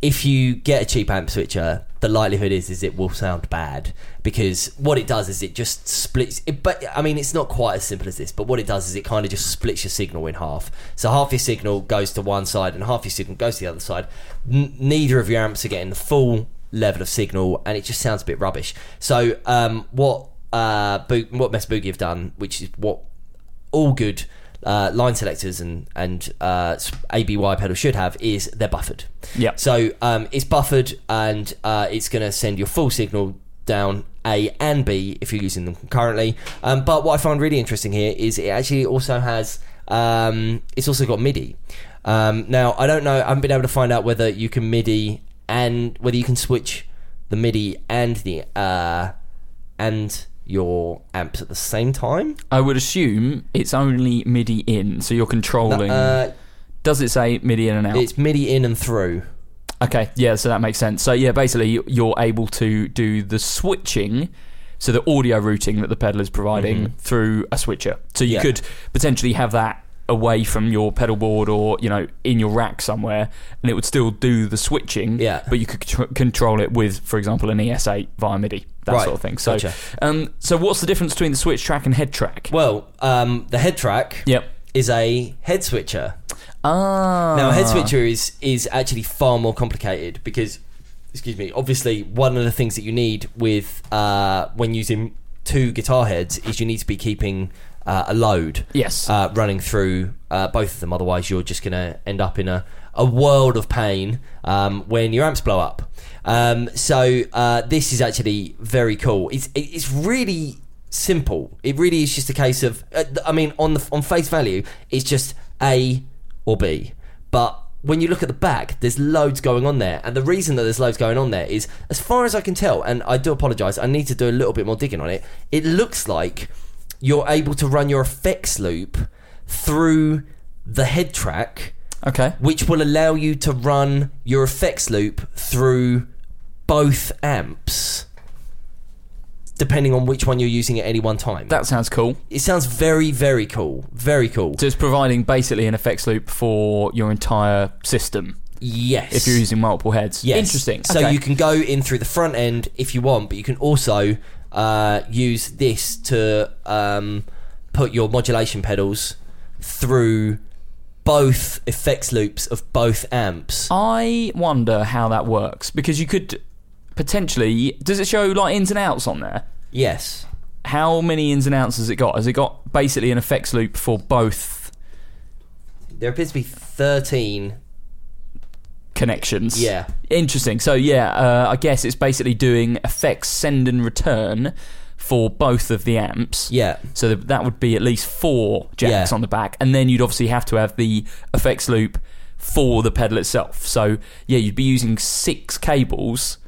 Speaker 2: if you get a cheap amp switcher, the likelihood is is it will sound bad because what it does is it just splits. It, but I mean, it's not quite as simple as this. But what it does is it kind of just splits your signal in half. So half your signal goes to one side and half your signal goes to the other side. N- neither of your amps are getting the full level of signal, and it just sounds a bit rubbish. So um, what uh, Bo- what Mess Boogie have done, which is what all good uh, line selectors and and uh, ABY pedal should have is they're buffered.
Speaker 1: Yep.
Speaker 2: So um, it's buffered and uh, it's going to send your full signal down A and B if you're using them concurrently. Um, but what I find really interesting here is it actually also has um, it's also got MIDI. Um, now I don't know. I haven't been able to find out whether you can MIDI and whether you can switch the MIDI and the uh, and your amps at the same time.
Speaker 1: I would assume it's only MIDI in, so you're controlling.
Speaker 2: Uh,
Speaker 1: Does it say MIDI in and out?
Speaker 2: It's MIDI in and through.
Speaker 1: Okay, yeah, so that makes sense. So yeah, basically you're able to do the switching, so the audio routing that the pedal is providing through a switcher. So you
Speaker 2: Mm-hmm. Yeah.
Speaker 1: could potentially have that away from your pedal board or you know in your rack somewhere, and it would still do the switching.
Speaker 2: Yeah.
Speaker 1: but you could contr- control it with, for example, an ES8 via MIDI, that
Speaker 2: Right,
Speaker 1: sort of thing. So,
Speaker 2: gotcha.
Speaker 1: um, so what's the difference between the switch track and head track?
Speaker 2: Well, um, the head track
Speaker 1: Yep.
Speaker 2: is a head switcher.
Speaker 1: Ah,
Speaker 2: Now, a head switcher is is actually far more complicated because, excuse me. Obviously, one of the things that you need with uh, when using two guitar heads is you need to be keeping uh, a load.
Speaker 1: Yes.
Speaker 2: Uh, running through uh, both of them, otherwise you're just going to end up in a, a world of pain um, when your amps blow up. Um, so uh, this is actually very cool. It's it- it's really simple. It really is just a case of uh, I mean on the on face value, it's just A or B. But when you look at the back, there's loads going on there. And the reason that there's loads going on there is, as far as I can tell, and I do apologise, I need to do a little bit more digging on it. It looks like you're able to run your effects loop through the head track,
Speaker 1: okay,
Speaker 2: which will allow you to run your effects loop through both amps, depending on which one you're using at any one time.
Speaker 1: that sounds cool.
Speaker 2: it sounds very, very cool. Very cool.
Speaker 1: So it's providing basically an effects loop for your entire system.
Speaker 2: yes.
Speaker 1: if you're using multiple heads.
Speaker 2: Yes.
Speaker 1: Interesting.
Speaker 2: So
Speaker 1: Okay.
Speaker 2: you can go in through the front end if you want, but you can also uh, use this to um, put your modulation pedals through both effects loops of both amps.
Speaker 1: Oh. I wonder how that works because you could potentially. Does it show like ins and outs on there?
Speaker 2: Yes.
Speaker 1: How many ins and outs has it got? Has it got basically an effects loop for both
Speaker 2: There appears to be 13.
Speaker 1: connections?
Speaker 2: Yeah.
Speaker 1: Interesting. So yeah, uh, I guess it's basically doing effects send and return for both of the amps.
Speaker 2: Yeah.
Speaker 1: So th- that would be at least four jacks
Speaker 2: Yeah.
Speaker 1: on the back, and then you'd obviously have to have the effects loop for the pedal itself. So yeah, you'd be using six cables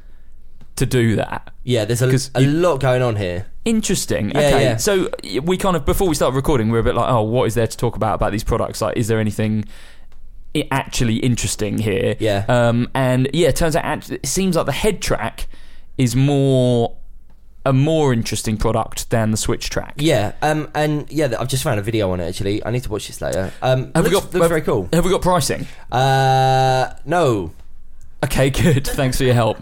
Speaker 1: to do that.
Speaker 2: Yeah, there's a,
Speaker 1: 'Cause
Speaker 2: a
Speaker 1: you-
Speaker 2: lot going on here.
Speaker 1: Interesting.
Speaker 2: Yeah,
Speaker 1: okay.
Speaker 2: yeah.
Speaker 1: So y- we kind of before we start recording, we were a bit like, oh, what is there to talk about about these products? Like, is there anything? i- actually interesting here
Speaker 2: Yeah.
Speaker 1: um and yeah it turns out act- it seems like the head track is more a more interesting product than the switch track
Speaker 2: Yeah, um, and yeah, I've just found a video on it actually. I need to watch this later. Um,
Speaker 1: have
Speaker 2: looks,
Speaker 1: we got
Speaker 2: looks
Speaker 1: have-
Speaker 2: very cool.
Speaker 1: have we got pricing
Speaker 2: Uh, no,
Speaker 1: Okay, good. Thanks for your help.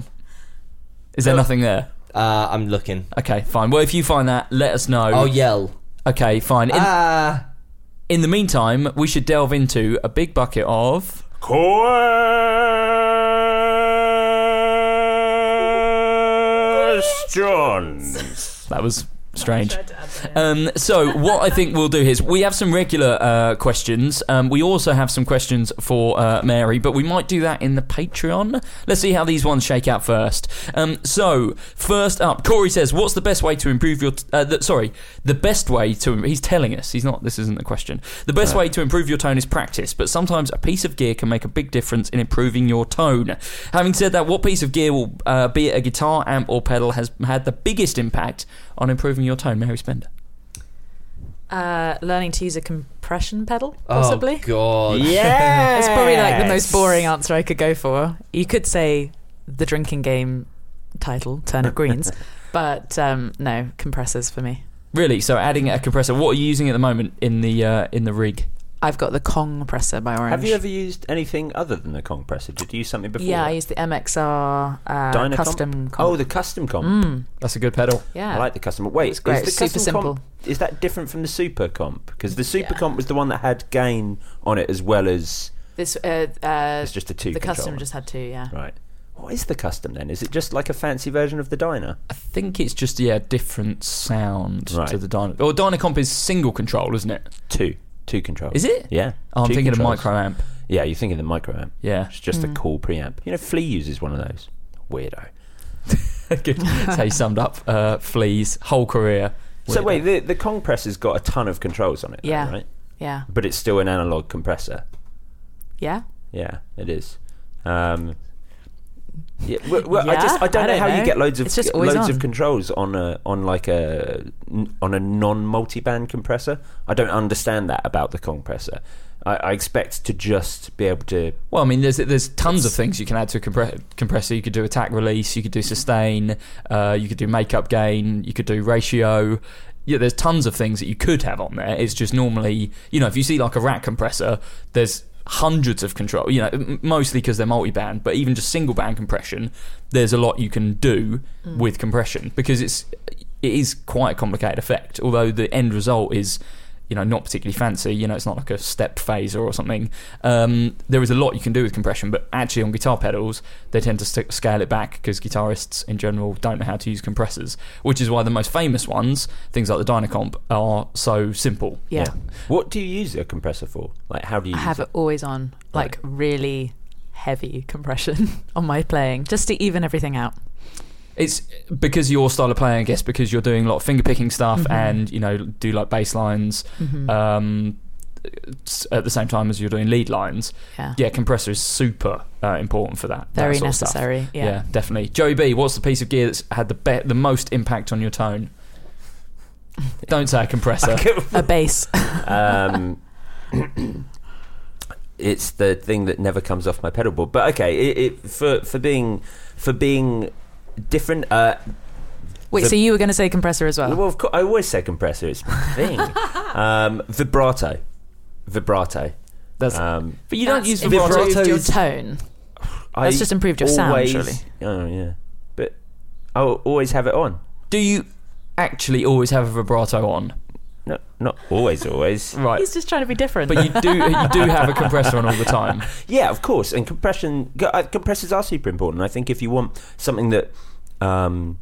Speaker 1: Is there nothing there?
Speaker 2: uh, I'm looking.
Speaker 1: Okay, fine. Well, if you find that, let us know.
Speaker 2: I'll yell.
Speaker 1: Okay, fine. In,
Speaker 2: Oh, Ah.
Speaker 1: in the meantime, we should delve into a big bucket of.
Speaker 4: Questions.
Speaker 1: That was Strange. Um, so, what I think we'll do is we have some regular uh, questions. Um, we also have some questions for uh, Mary, but we might do that in the Patreon. Let's see how these ones shake out first. Um, so, first up, Corey says, "What's the best way to improve your? T- uh, the, sorry, the best way to. He's telling us. He's not. This isn't the question. The best way to improve your tone is practice, but sometimes a piece of gear can make a big difference in improving your tone. Having said that, what piece of gear will uh, be it a guitar, amp, or pedal has had the biggest impact on improving your tone, Mary Spender?
Speaker 3: Uh, learning to use a compression pedal, possibly.
Speaker 2: Oh god.
Speaker 3: *laughs*
Speaker 4: Yeah,
Speaker 3: It's probably like the most boring answer I could go for. You could say the drinking game title, Turnip
Speaker 1: *laughs*
Speaker 3: Greens, but um, no, compressors for me.
Speaker 1: Really? So adding a compressor. What are you using at the moment in the uh, in the rig?
Speaker 3: I've got the Kong compressor by Orange.
Speaker 4: Have you ever used anything other than the compressor? Did you use something before?
Speaker 3: Yeah,
Speaker 4: that?
Speaker 3: I use the MXR uh,
Speaker 4: Dynacomp?
Speaker 3: custom. Comp.
Speaker 4: Oh, the custom comp.
Speaker 1: That's a good pedal.
Speaker 3: yeah.
Speaker 4: I like the custom. Wait,
Speaker 3: It's great.
Speaker 4: is the
Speaker 3: Super
Speaker 4: custom
Speaker 3: simple.
Speaker 4: comp is that different from the super comp? Because the super
Speaker 3: Yeah.
Speaker 4: comp was the one that had gain on it as well as
Speaker 3: this. Uh, uh,
Speaker 4: it's just a two.
Speaker 3: the custom
Speaker 4: controller.
Speaker 3: just had two. Yeah.
Speaker 4: right. What is the custom then? Is it just like a fancy version of the diner?
Speaker 1: I think it's just yeah, different sound
Speaker 4: Right.
Speaker 1: to the Dyna. Or Dynacomp is single control, isn't it?
Speaker 4: Two, two controls.
Speaker 1: Is it?
Speaker 4: Yeah.
Speaker 1: Oh, I'm
Speaker 4: two
Speaker 1: thinking
Speaker 4: controls.
Speaker 1: of Hmm. micro amp.
Speaker 4: Yeah, you're thinking the micro amp.
Speaker 1: *laughs* Yeah,
Speaker 4: It's just a cool preamp. You know, Flea uses one of those. Weirdo.
Speaker 1: good. so he summed up uh, Flea's whole career.
Speaker 4: So
Speaker 1: Weirdo.
Speaker 4: wait, the the Kong presser's got a ton of controls on it. though,
Speaker 3: Yeah.
Speaker 4: right.
Speaker 3: Yeah.
Speaker 4: But it's still an analog compressor.
Speaker 3: Yeah.
Speaker 4: Yeah, it is. Um, yeah, well, well, I
Speaker 3: Yeah?
Speaker 4: just I don't
Speaker 3: I
Speaker 4: know
Speaker 3: don't
Speaker 4: how you
Speaker 3: know.
Speaker 4: get loads of
Speaker 3: It's just always
Speaker 4: loads of
Speaker 3: on.
Speaker 4: controls on a on like a n- on a non multiband compressor. I don't understand that about the compressor. I, I expect to just be able to.
Speaker 1: Well, I mean, there's there's tons of things you can add to a compre- compressor. You could do attack release, you could do sustain, uh, you could do makeup gain, you could do ratio. Yeah, there's tons of things that you could have on there. It's just normally, you know, if you see like a rack compressor, there's hundreds of control. You know, m- mostly because they're multi-band, but even just single band compression, there's a lot you can do with compression because it's it is quite a complicated effect. Although the end result is you know, not particularly fancy. You know, it's not like a stepped phaser or something. Um, there is a lot you can do with compression, but actually on guitar pedals, they tend to st- scale it back because guitarists in general don't know how to use compressors, which is why the most famous ones, things like the Dynacomp, are so simple.
Speaker 3: Yeah.
Speaker 4: What do you use a compressor for? Like, how do you
Speaker 3: I
Speaker 4: use
Speaker 3: have
Speaker 4: it?
Speaker 3: it always on, like really heavy compression *laughs* on my playing, just to even everything out.
Speaker 1: It's because your style of playing, I guess, because you're doing a lot of finger picking stuff
Speaker 3: Mm-hmm.
Speaker 1: and, you know, do like bass lines um, s- at the same time as you're doing lead lines.
Speaker 3: Yeah.
Speaker 1: Yeah, compressor is super uh, important for that. that
Speaker 3: Very
Speaker 1: sort of stuff.
Speaker 3: necessary, yeah.
Speaker 1: definitely. Joey B, what's the piece of gear that's had the be- the most impact on your tone? Don't say a
Speaker 2: *laughs*
Speaker 1: compressor.
Speaker 3: A bass.
Speaker 4: Um, it's the thing that never comes off my pedal board. But okay, it, it for for being for being different. Uh,
Speaker 3: *laughs* Wait,
Speaker 4: The-
Speaker 3: so you were going to say compressor as well?
Speaker 4: Well, of course, I always say compressor. It's
Speaker 3: *laughs*
Speaker 4: my thing. um, vibrato, vibrato.
Speaker 1: That's-
Speaker 4: um,
Speaker 1: but you don't
Speaker 3: That's
Speaker 1: use
Speaker 3: improved
Speaker 1: vibrato.
Speaker 3: your
Speaker 4: Vibrato's-
Speaker 3: tone.
Speaker 4: I
Speaker 3: just improved your sound,
Speaker 4: always-
Speaker 3: surely.
Speaker 4: Oh yeah, but I always have it on.
Speaker 1: Do you actually always have a vibrato on?
Speaker 4: No, not always, always.
Speaker 1: Right.
Speaker 3: He's just trying to be different.
Speaker 1: But you do you do have a compressor on all the
Speaker 2: *laughs*
Speaker 1: time.
Speaker 4: Yeah, of course. And compression go- uh, compressors are super important. I think if you want something that, um,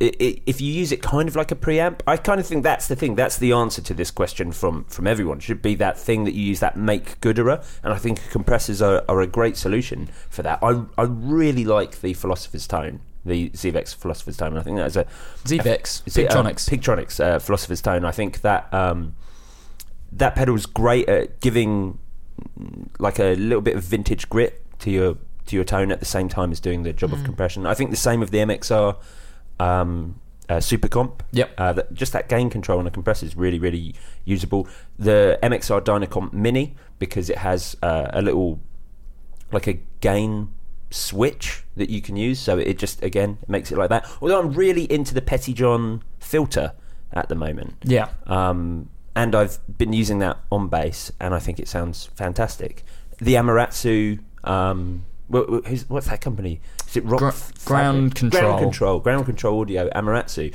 Speaker 4: i i if you use it kind of like a preamp, I kind of think that's the thing. That's the answer to this question from from everyone. Should be that thing that you use that make gooderer. And I think compressors are, are a great solution for that. I I really like the Philosopher's Tone, the Zevex Philosopher's Tone. And I think that's a
Speaker 1: Zvex,
Speaker 4: is it, uh,
Speaker 1: Pictronics.
Speaker 4: Pictronics, uh, Philosopher's Tone. I think that um, that pedal's great at giving mm, like a little bit of vintage grit to your to your tone at the same time as doing the job of compression. I think the same of the MXR um, uh, Super Comp.
Speaker 1: Yep.
Speaker 4: Uh, that, just that gain control on a compressor is really really usable. The MXR Dynacomp Mini because it has uh, a little like a gain switch that you can use. So it just again makes it like that. Although I'm really into the Petty John filter at the moment.
Speaker 1: yeah.
Speaker 4: Um, and I've been using that on bass, and I think it sounds fantastic. The Amaratsu, um, wh- wh- who's, what's that company? Is it Rock
Speaker 1: Gr-
Speaker 4: F-
Speaker 1: Ground
Speaker 4: Fabric?
Speaker 1: Control.
Speaker 4: Ground Control, Ground Control Audio Amaratsu.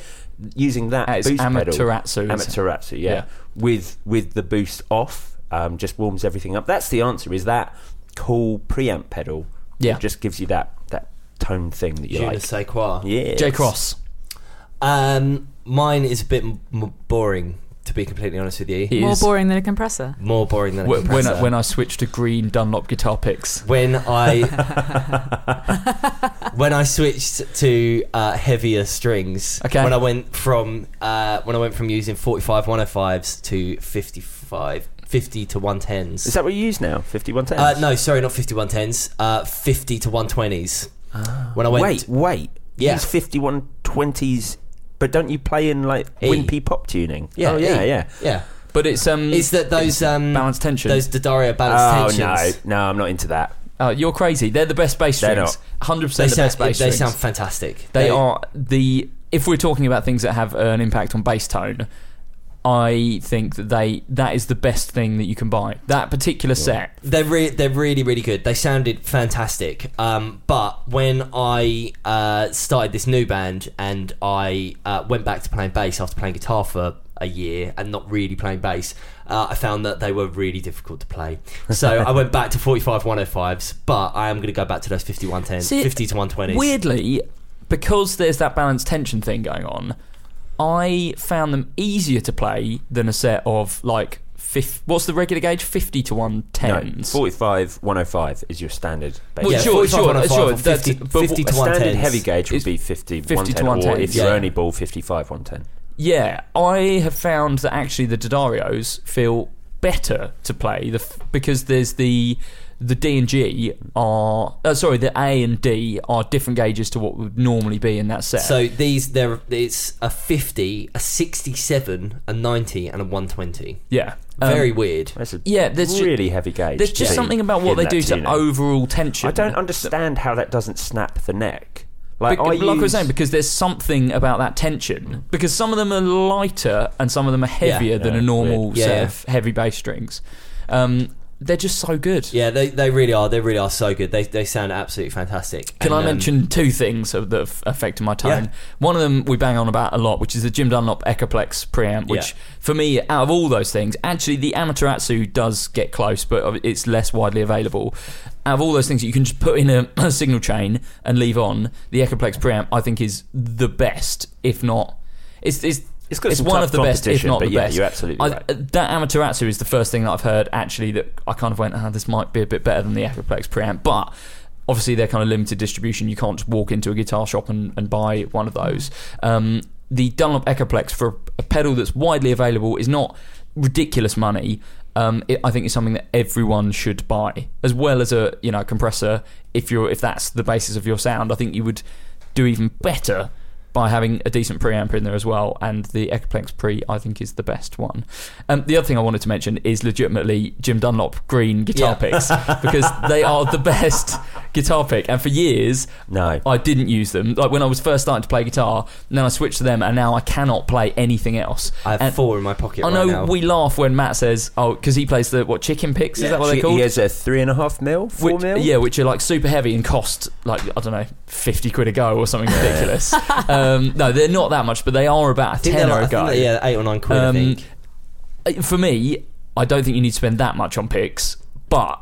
Speaker 4: Using that
Speaker 1: That is
Speaker 4: boost pedal,
Speaker 1: Amaterasu, isn't it?
Speaker 4: Amaterasu, yeah,
Speaker 1: Yeah.
Speaker 4: with with the boost off, um, just warms everything up. That's the answer. Is that cool preamp pedal?
Speaker 1: Yeah.
Speaker 4: that just gives you that that tone thing that you
Speaker 2: Je ne
Speaker 4: like.
Speaker 2: sais quoi.
Speaker 4: Yeah,
Speaker 1: J Cross.
Speaker 2: Um, mine is a bit m- m- boring, to be completely honest with you.
Speaker 3: *laughs*
Speaker 1: It
Speaker 3: More
Speaker 1: is-
Speaker 3: boring than a compressor.
Speaker 2: More boring than a
Speaker 1: Wh- when
Speaker 2: compressor.
Speaker 1: I, when I switched to green Dunlop guitar picks.
Speaker 2: when
Speaker 4: *laughs*
Speaker 2: I when I switched to uh, heavier strings.
Speaker 1: Okay.
Speaker 2: When I went from uh, when I went from using 45 105s to 55 50 to 110s.
Speaker 4: Is that what you use now? Fifty-one ten.
Speaker 2: uh, no, sorry, not 5110s. Uh, 50 to 120s. When I went
Speaker 4: Ah. Wait, wait.
Speaker 2: Yeah.
Speaker 4: He's 51 20s, but don't you play in like
Speaker 2: E.
Speaker 4: wimpy pop tuning? oh, yeah,
Speaker 2: E.
Speaker 4: yeah.
Speaker 2: Yeah.
Speaker 1: But it's um
Speaker 2: Is that those um
Speaker 1: balanced tension.
Speaker 2: Those Daddario
Speaker 4: Oh,
Speaker 2: balanced
Speaker 4: no.
Speaker 2: tensions.
Speaker 4: No, I'm not into that.
Speaker 1: uh, you're crazy. They're the best bass
Speaker 4: They're
Speaker 1: strings. Hundred
Speaker 2: They
Speaker 1: percent the
Speaker 2: sound,
Speaker 1: best bass
Speaker 2: they
Speaker 1: strings.
Speaker 2: sound fantastic.
Speaker 1: they are the if we're talking about things that have an impact on bass tone i think that they that is the best thing that you can buy that particular set
Speaker 2: They're re- they're really really good. They sounded fantastic. Um, but when I uh, started this new band and I uh, went back to playing bass after playing guitar for a year and not really playing bass, uh, I found that they were really difficult to play. So I went back to 45 105s, but I am going to go back to those 50 110s,
Speaker 1: See,
Speaker 2: 50 to 120s.
Speaker 1: weirdly because there's that balance tension thing going on i found them easier to play than a set of like fif- what's the regular gauge 50 to
Speaker 4: No,
Speaker 1: 110s
Speaker 4: 45 105 is your standard. bass.
Speaker 1: Well,
Speaker 2: Yeah, oh
Speaker 1: sure,
Speaker 2: 45,
Speaker 1: sure,
Speaker 2: 105,
Speaker 1: sure,
Speaker 2: or
Speaker 1: that's-
Speaker 2: 50,
Speaker 1: but
Speaker 2: 50
Speaker 4: A
Speaker 2: to 110s.
Speaker 4: standard heavy gauge would
Speaker 1: It's
Speaker 4: be 50, 50
Speaker 1: 50 to
Speaker 4: 110, or
Speaker 1: 110s.
Speaker 4: if you're
Speaker 2: Yeah.
Speaker 4: only ball, 55 110.
Speaker 1: yeah i have found that actually the didarios feel better to play the f- because there's the the D and G are uh, sorry the A and D are different gauges to what would normally be in that set.
Speaker 2: So these there it's a 50, a 67, a 90 and a 120.
Speaker 1: yeah, Um,
Speaker 2: Very weird.
Speaker 4: That's a
Speaker 1: Yeah, there's ju-
Speaker 4: really heavy gauge.
Speaker 1: There's just
Speaker 4: too,
Speaker 1: something about what
Speaker 4: in
Speaker 1: they
Speaker 4: that
Speaker 1: do
Speaker 4: tuning.
Speaker 1: to overall tension.
Speaker 4: I don't understand how that doesn't snap the neck. Like,
Speaker 1: Bec-
Speaker 4: I
Speaker 1: like I was
Speaker 4: use-
Speaker 1: saying, because there's something about that tension. Because some of them are lighter and some of them are heavier than
Speaker 4: Yeah,
Speaker 1: a normal
Speaker 2: weird. Yeah,
Speaker 1: set
Speaker 2: yeah.
Speaker 1: of heavy bass strings. Um, they're just so good.
Speaker 2: Yeah, they, they really are. They really are so good. They, they sound absolutely fantastic.
Speaker 1: Can
Speaker 2: And,
Speaker 1: I
Speaker 2: um,
Speaker 1: mention two things that have affected my tone?
Speaker 2: Yeah.
Speaker 1: One of them we bang on about a lot, which is the Jim Dunlop Echoplex preamp, which
Speaker 2: Yeah.
Speaker 1: for me, out of all those things, actually the Amaterasu does get close, but it's less widely available. Out of all those things that you can just put in a, *clears throat* a signal chain and leave on, the Echoplex preamp I think is the best, if not, it's it's.
Speaker 4: It's got some
Speaker 1: one
Speaker 4: tough
Speaker 1: of the best, if
Speaker 4: competition,
Speaker 1: not
Speaker 4: but
Speaker 1: the
Speaker 4: yeah,
Speaker 1: best.
Speaker 4: you're absolutely
Speaker 1: I- uh,
Speaker 4: right.
Speaker 1: that Amaterasu is the first thing that I've heard actually that I kind of went, ah, this might be a bit better than the Echoplex preamp, but obviously they're kind of limited distribution. You can't just walk into a guitar shop and, and buy one of those. Um, the Dunlop Echoplex for a pedal that's widely available is not ridiculous money. Um, it, I think it's something that everyone should buy, as well as a you know compressor. If you're if that's the basis of your sound, I think you would do even better by having a decent preamp in there as well. And the Echoplex Pre, I think, is the best one. Um, the other thing I wanted to mention is legitimately Jim Dunlop green guitar
Speaker 2: Yeah. *laughs*
Speaker 1: picks because they are the best guitar pick. And for years,
Speaker 4: No.
Speaker 1: I didn't use them. Like when I was first starting to play guitar, then I switched to them, and now I cannot play anything else.
Speaker 2: I have
Speaker 1: And
Speaker 2: four in my pocket
Speaker 1: I
Speaker 2: right
Speaker 1: know
Speaker 2: now.
Speaker 1: we laugh when Matt says, "Oh, because he plays the what chicken picks? Is that what
Speaker 4: She-
Speaker 1: they're called?"
Speaker 4: He has a three and a half mil, four
Speaker 1: which,
Speaker 4: mil.
Speaker 1: Yeah, which are like super heavy and cost like I don't know fifty quid a go or something ridiculous. um, no, they're not that much, but they are about a
Speaker 2: I think they're
Speaker 1: tenner
Speaker 2: like-
Speaker 1: a
Speaker 2: I think
Speaker 1: go.
Speaker 2: they're, yeah, eight or nine quid.
Speaker 1: Um,
Speaker 2: I think.
Speaker 1: Uh, For me, I don't think you need to spend that much on picks, but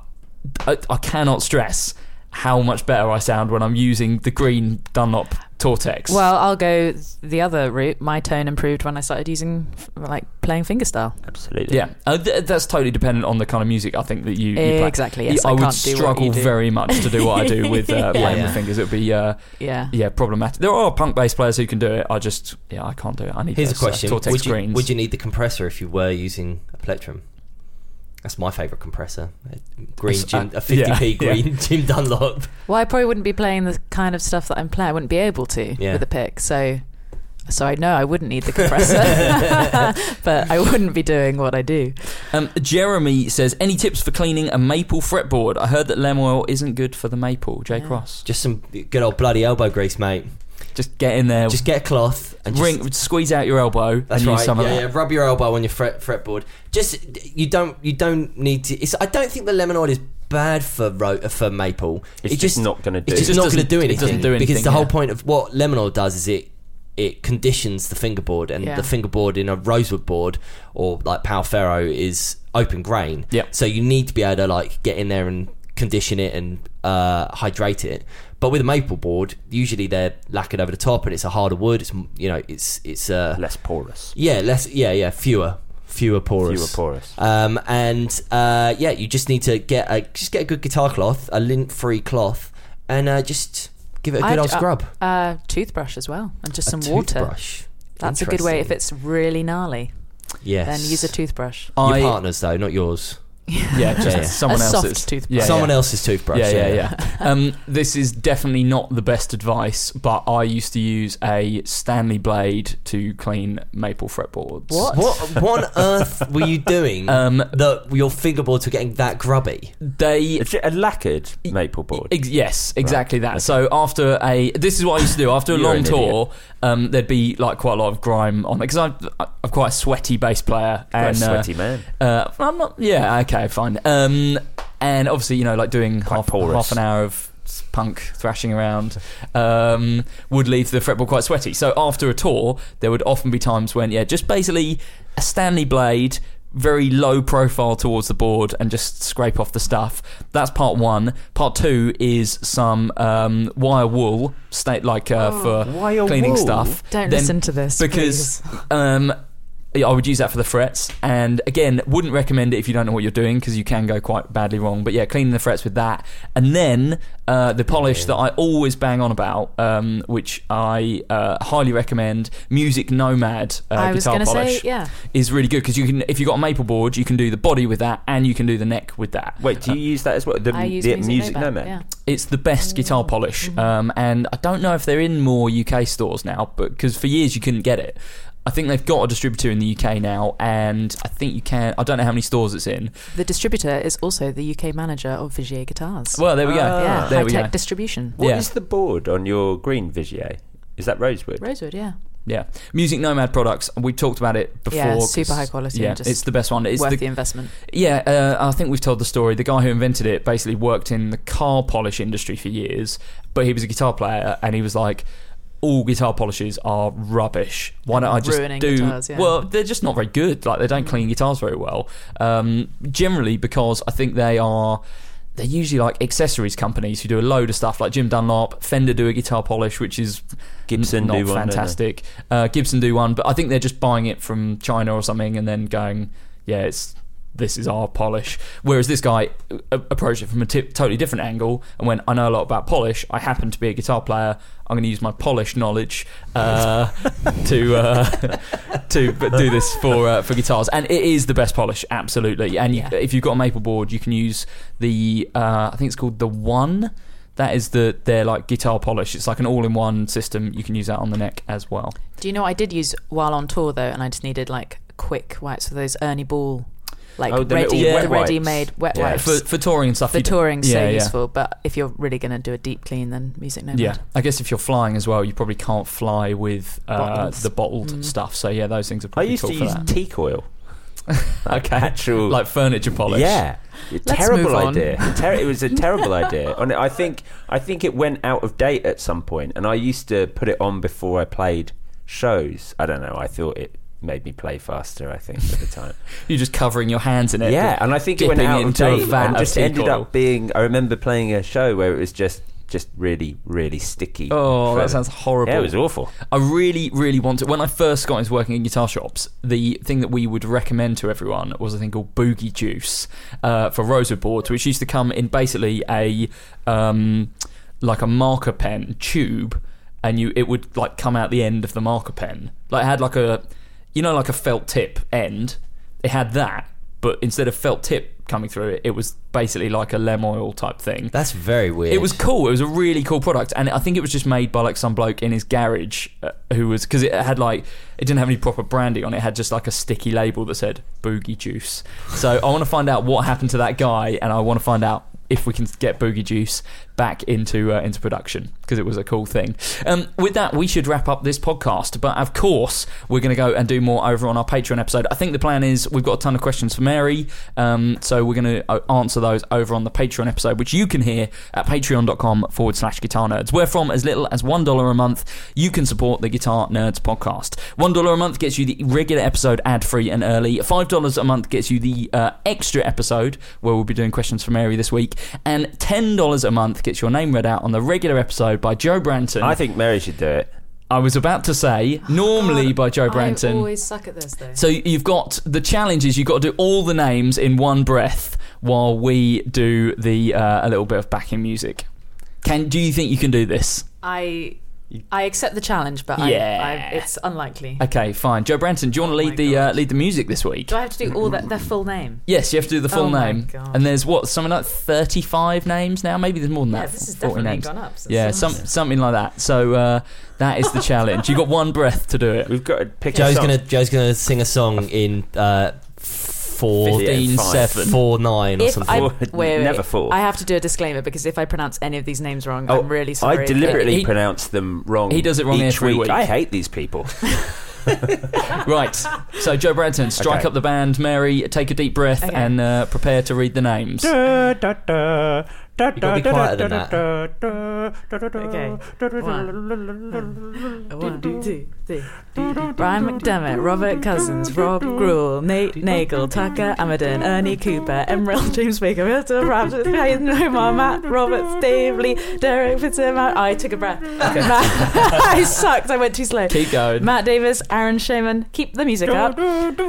Speaker 1: I, I cannot stress how much better I sound when I'm using the green Dunlop Tortex.
Speaker 3: Well, I'll go the other route. My tone improved when I started using, f- like, playing fingerstyle.
Speaker 4: Absolutely.
Speaker 1: Yeah, uh, th- that's totally dependent on the kind of music I think that you, you play.
Speaker 3: Exactly, yes,
Speaker 1: I
Speaker 3: I
Speaker 1: would
Speaker 3: can't do what
Speaker 1: struggle
Speaker 3: you do.
Speaker 1: very much to do what I do with uh, playing
Speaker 2: Yeah.
Speaker 1: with fingers. It would be uh,
Speaker 3: Yeah.
Speaker 1: yeah problematic. There are punk bass players who can do it. I just yeah I can't do it. I need
Speaker 2: Here's a
Speaker 1: those, uh,
Speaker 2: question:
Speaker 1: Tortex
Speaker 2: would you,
Speaker 1: greens.
Speaker 2: would you need the compressor if you were using a plectrum? That's my favourite compressor. A green
Speaker 1: It's,
Speaker 2: Jim,
Speaker 1: uh,
Speaker 2: a 50p
Speaker 1: yeah, *laughs* yeah.
Speaker 2: green *laughs* Jim Dunlop.
Speaker 3: Well, I probably wouldn't be playing the kind of stuff that I'm playing. I wouldn't be able to
Speaker 2: Yeah.
Speaker 3: with a pick. So, so I know I wouldn't need the
Speaker 2: *laughs*
Speaker 3: compressor, *laughs* but I wouldn't be doing what I do.
Speaker 1: Um, Jeremy says any tips for cleaning a maple fretboard? I heard that lemon oil isn't good for the maple. J Cross,
Speaker 2: Just some good old bloody elbow grease, mate.
Speaker 1: just get in there,
Speaker 2: Just get a cloth and just,
Speaker 1: ring, squeeze out your elbow
Speaker 2: That's
Speaker 1: and
Speaker 2: right.
Speaker 1: use some
Speaker 2: yeah,
Speaker 1: of that.
Speaker 2: yeah, rub your elbow on your fret, fretboard. Just you don't you don't need to. It's, I don't think the lemonade is bad for ro- for maple.
Speaker 4: It's
Speaker 2: it
Speaker 4: just not gonna do.
Speaker 2: It's just,
Speaker 1: It just
Speaker 2: not going to
Speaker 1: doesn't-
Speaker 2: do
Speaker 1: it
Speaker 2: anything.
Speaker 1: doesn't do
Speaker 2: because
Speaker 1: anything,
Speaker 2: the whole
Speaker 1: yeah.
Speaker 2: point of what lemonade does is it it conditions the fingerboard and
Speaker 3: Yeah.
Speaker 2: the fingerboard in a rosewood board or like Pal Ferro is open grain.
Speaker 1: Yep.
Speaker 2: So you need to be able to like get in there and condition it and uh, hydrate it. But with a maple board, usually they're lacquered over the top, and it's a harder wood. It's m- you know, it's it's uh,
Speaker 4: less porous.
Speaker 2: yeah, less yeah, yeah, fewer, fewer porous,
Speaker 4: Fewer porous.
Speaker 2: Um, and uh, yeah, you just need to get a just get a good guitar cloth, a lint-free cloth, and uh, just give it a good
Speaker 3: I'd-
Speaker 2: old scrub.
Speaker 3: Uh, uh, toothbrush as well, and just
Speaker 2: A
Speaker 3: some water.
Speaker 2: toothbrush.
Speaker 3: That's a good way. If
Speaker 2: Interesting.
Speaker 3: it's really gnarly,
Speaker 2: yes,
Speaker 3: then use a toothbrush.
Speaker 2: Your
Speaker 1: I
Speaker 2: partner's though, not yours.
Speaker 1: yeah, just
Speaker 2: *laughs* yeah.
Speaker 1: someone
Speaker 3: A soft
Speaker 1: else's
Speaker 3: toothbrush.
Speaker 1: Yeah,
Speaker 2: Someone
Speaker 1: yeah.
Speaker 2: else's toothbrush.
Speaker 1: Yeah, yeah, yeah.
Speaker 2: *laughs*
Speaker 1: um, this is definitely not the best advice, but I used to use a Stanley blade to clean maple fretboards.
Speaker 3: What?
Speaker 2: What, what on earth were you
Speaker 1: *laughs*
Speaker 2: doing
Speaker 1: Um,
Speaker 2: that your fingerboards were getting that grubby?
Speaker 1: They
Speaker 4: It's a lacquered maple board.
Speaker 1: Ex- yes, exactly that. So after a, this is what I used to do. After a
Speaker 4: You're
Speaker 1: long
Speaker 4: an
Speaker 1: tour, um, there'd be like quite a lot of grime on it because I'm, I'm quite a sweaty bass player
Speaker 4: Quite a
Speaker 1: and uh,
Speaker 4: sweaty man.
Speaker 1: Uh, I'm not. Yeah. Okay. Fine. Um, and obviously, you know, like doing half,
Speaker 4: porous.
Speaker 1: half an hour of s- punk thrashing around um, would leave the fretboard quite sweaty. So after a tour, there would often be times when, yeah, just basically a Stanley blade, very low profile towards the board, and just scrape off the stuff. That's part one. Part two is some um, wire wool, state like uh, for
Speaker 4: Oh, wire
Speaker 1: cleaning
Speaker 4: wool?
Speaker 1: stuff.
Speaker 3: Don't
Speaker 1: Then-
Speaker 3: listen to this
Speaker 1: because um, yeah, I would use that for the frets. And again, wouldn't recommend it if you don't know what you're doing because you can go quite badly wrong. But yeah, cleaning the frets with that, and then uh, the polish that I always bang on about, um, which I uh, highly recommend, Music Nomad uh,
Speaker 3: I was
Speaker 1: guitar
Speaker 3: gonna
Speaker 1: polish.
Speaker 3: say, yeah.
Speaker 1: is really good because you can if you have got a maple board, you can do the body with that, and you can do the neck with that.
Speaker 4: Wait, do you use that as well? The,
Speaker 3: I use
Speaker 4: the
Speaker 3: music, nomad. Yeah.
Speaker 1: It's the best guitar polish,
Speaker 3: Mm-hmm.
Speaker 1: um, and I don't know if they're in more UK stores now, but because for years you couldn't get it. I think they've got a distributor in the UK now, and I think you can. I don't know how many stores it's in.
Speaker 3: The distributor is also the UK manager of Vigier Guitars.
Speaker 1: Well, there we go.
Speaker 3: yeah,
Speaker 1: there
Speaker 3: high
Speaker 1: we
Speaker 3: tech
Speaker 1: go.
Speaker 3: distribution.
Speaker 4: What
Speaker 1: Yeah.
Speaker 4: is the board on your green Vigier? Is that rosewood?
Speaker 3: Rosewood, yeah.
Speaker 1: yeah, Music Nomad products. We talked about it before.
Speaker 3: Yeah,
Speaker 1: 'cause-
Speaker 3: super high quality
Speaker 1: Yeah,
Speaker 3: and just
Speaker 1: it's the best one. It's
Speaker 3: Worth
Speaker 1: the,
Speaker 3: the, investment.
Speaker 1: Yeah, uh, I think we've told the story. The guy who invented it basically worked in the car polish industry for years, but he was a guitar player, and he was like, "All guitar polishes are rubbish. Why don't I just
Speaker 3: Ruining
Speaker 1: do?
Speaker 3: guitars, yeah.
Speaker 1: Well, they're just not very good. Like they don't clean guitars very well. Um, generally, because I think they are." They're usually like accessories companies who do a load of stuff, like Jim Dunlop, Fender do a guitar polish, which is
Speaker 4: Gibson
Speaker 1: not
Speaker 4: do one, don't they?
Speaker 1: fantastic fantastic. Uh, Gibson do one, but I think they're just buying it from China or something and then going, yeah, it's this is our polish. Whereas this guy uh, approached it from a ti totally different angle and went, I know a lot about polish. I happen to be a guitar player. I'm going to use my polish knowledge uh, *laughs* to uh, to b- do this for uh, for guitars, and it is the best polish, absolutely. And you,
Speaker 3: Yeah.
Speaker 1: if you've got a maple board, you can use the uh, I think it's called the one. That is the their like guitar polish. It's like an all-in-one system. You can use that on the neck as well.
Speaker 3: Do you know what I did use while on tour though, and I just needed like quick wipes for those Ernie Ball, like
Speaker 4: Oh, the
Speaker 3: ready,
Speaker 4: little wet
Speaker 3: the
Speaker 4: wipes.
Speaker 3: ready-made wet
Speaker 4: Yeah.
Speaker 3: wipes.
Speaker 1: For for touring and stuff.
Speaker 3: for
Speaker 1: you d-
Speaker 3: touring's
Speaker 1: yeah,
Speaker 3: so
Speaker 1: yeah.
Speaker 3: useful, but if you're really going to do a deep clean, then Music Nomad.
Speaker 1: Yeah, I guess if you're flying as well, you probably can't fly with uh,
Speaker 3: Bottles. Mm.
Speaker 1: the bottled stuff. So yeah, those things are
Speaker 4: I
Speaker 1: pretty
Speaker 4: used
Speaker 1: cool
Speaker 4: to
Speaker 1: for
Speaker 4: use
Speaker 1: that.
Speaker 4: teak oil.
Speaker 1: okay,
Speaker 4: *laughs* actual-
Speaker 1: like furniture polish.
Speaker 4: Yeah, terrible
Speaker 3: move on.
Speaker 4: idea. Ter- it was a terrible idea, and I think I think it went out of date at some point. And I used to put it on before I played shows. I don't know. I thought it made me play faster. I think at the time.
Speaker 1: you're just covering your hands in it.
Speaker 4: yeah, and I think it went
Speaker 1: dipping
Speaker 4: out of
Speaker 1: into
Speaker 4: date
Speaker 1: a vat
Speaker 4: and
Speaker 1: of
Speaker 4: just
Speaker 1: teak
Speaker 4: ended
Speaker 1: oil.
Speaker 4: up being. I remember playing a show where it was just just really really sticky.
Speaker 1: Oh, that
Speaker 4: For-
Speaker 1: sounds horrible.
Speaker 4: Yeah, it was awful.
Speaker 1: I really, really want to. When I first got into working in guitar shops, the thing that we would recommend to everyone was a thing called Boogie Juice uh, for rosewood boards, which used to come in basically a um, like a marker pen tube, and you it would like come out the end of the marker pen. Like it had like a you know like a felt tip end. It had that, but instead of felt tip coming through it, it was basically like a lem oil type thing.
Speaker 2: That's very weird.
Speaker 1: It was cool. It was a really cool product, and I think it was just made by like some bloke in his garage uh, who was because it had like it didn't have any proper branding on it. It had just like a sticky label that said Boogie Juice. So I want to find out what happened to that guy, and I want to find out if we can get Boogie Juice back into uh, into production because it was a cool thing. Um, with that, we should wrap up this podcast. But of course, we're going to go and do more over on our Patreon episode. I think the plan is we've got a ton of questions for Mary, um, so we're going to answer those over on the Patreon episode, which you can hear at patreon.com forward slash guitar nerds, where from as little as $1 a month, you can support the Guitar Nerds podcast. $1 a month gets you the regular episode ad free and early. $5 a month gets you the uh, extra episode where we'll be doing questions for Mary this week. And $10 a month gets gets your name read out on the regular episode by Joe Branton.
Speaker 4: I think Mary should do it.
Speaker 1: I was about to say, normally by Joe
Speaker 3: I
Speaker 1: Branton.
Speaker 3: always suck at this though.
Speaker 1: So you've got the challenge is you've got to do all the names in one breath while we do the uh, a little bit of backing music. Can do you think you can do this?
Speaker 3: I I accept the challenge, but
Speaker 1: Yeah.
Speaker 3: I, I, it's unlikely.
Speaker 1: Okay, fine. Joe Branton, do you want to lead the uh, lead the music this week?
Speaker 3: Oh do I have to do all that their full name?
Speaker 1: Yes, you have to do the full
Speaker 3: Oh my
Speaker 1: name.
Speaker 3: God.
Speaker 1: And there's what something like 35 names now. Maybe there's more than
Speaker 3: Yeah,
Speaker 1: that.
Speaker 3: this has
Speaker 1: 40
Speaker 3: definitely
Speaker 1: names.
Speaker 3: gone up since
Speaker 1: Yeah,
Speaker 3: last
Speaker 1: some,
Speaker 3: time.
Speaker 1: something like that. So uh, that is
Speaker 3: *laughs*
Speaker 1: the challenge. You have got one breath to do it.
Speaker 4: We've got to pick a
Speaker 2: Joe's
Speaker 4: song.
Speaker 2: gonna Joe's gonna sing a song in uh, four,
Speaker 1: 15, seven.
Speaker 2: four *laughs* nine or
Speaker 3: If
Speaker 2: something.
Speaker 3: I,
Speaker 4: Four.
Speaker 3: wait, wait,
Speaker 4: Never
Speaker 3: wait.
Speaker 4: four. Oh,
Speaker 3: I have to do a disclaimer because if I pronounce any of these names wrong, I'm really sorry.
Speaker 4: I deliberately
Speaker 1: He-
Speaker 4: pronounce them wrong.
Speaker 1: he does it wrong
Speaker 4: each
Speaker 1: every week.
Speaker 4: I hate
Speaker 1: *laughs*
Speaker 4: these people.
Speaker 1: Right. So Joe Branton, strike
Speaker 4: Okay.
Speaker 1: up the band. Mary, take a deep breath
Speaker 3: Okay.
Speaker 1: and uh, prepare to read the names.
Speaker 2: You've got to be quieter than that.
Speaker 3: Okay. One. One, two, three. Brian McDermott, Robert Cousins, Rob Gruel, Nate Nagel, Tucker Amadon, Ernie Cooper, Emerald, James Baker, Milton Ramsey, Hayden Omar, Matt Roberts, Dave Lee, Derek Fitzgerald. I took a breath. Matt- *laughs* I sucked. I went too slow.
Speaker 1: Keep going.
Speaker 3: Matt Davis, Aaron Shaman, keep the music up.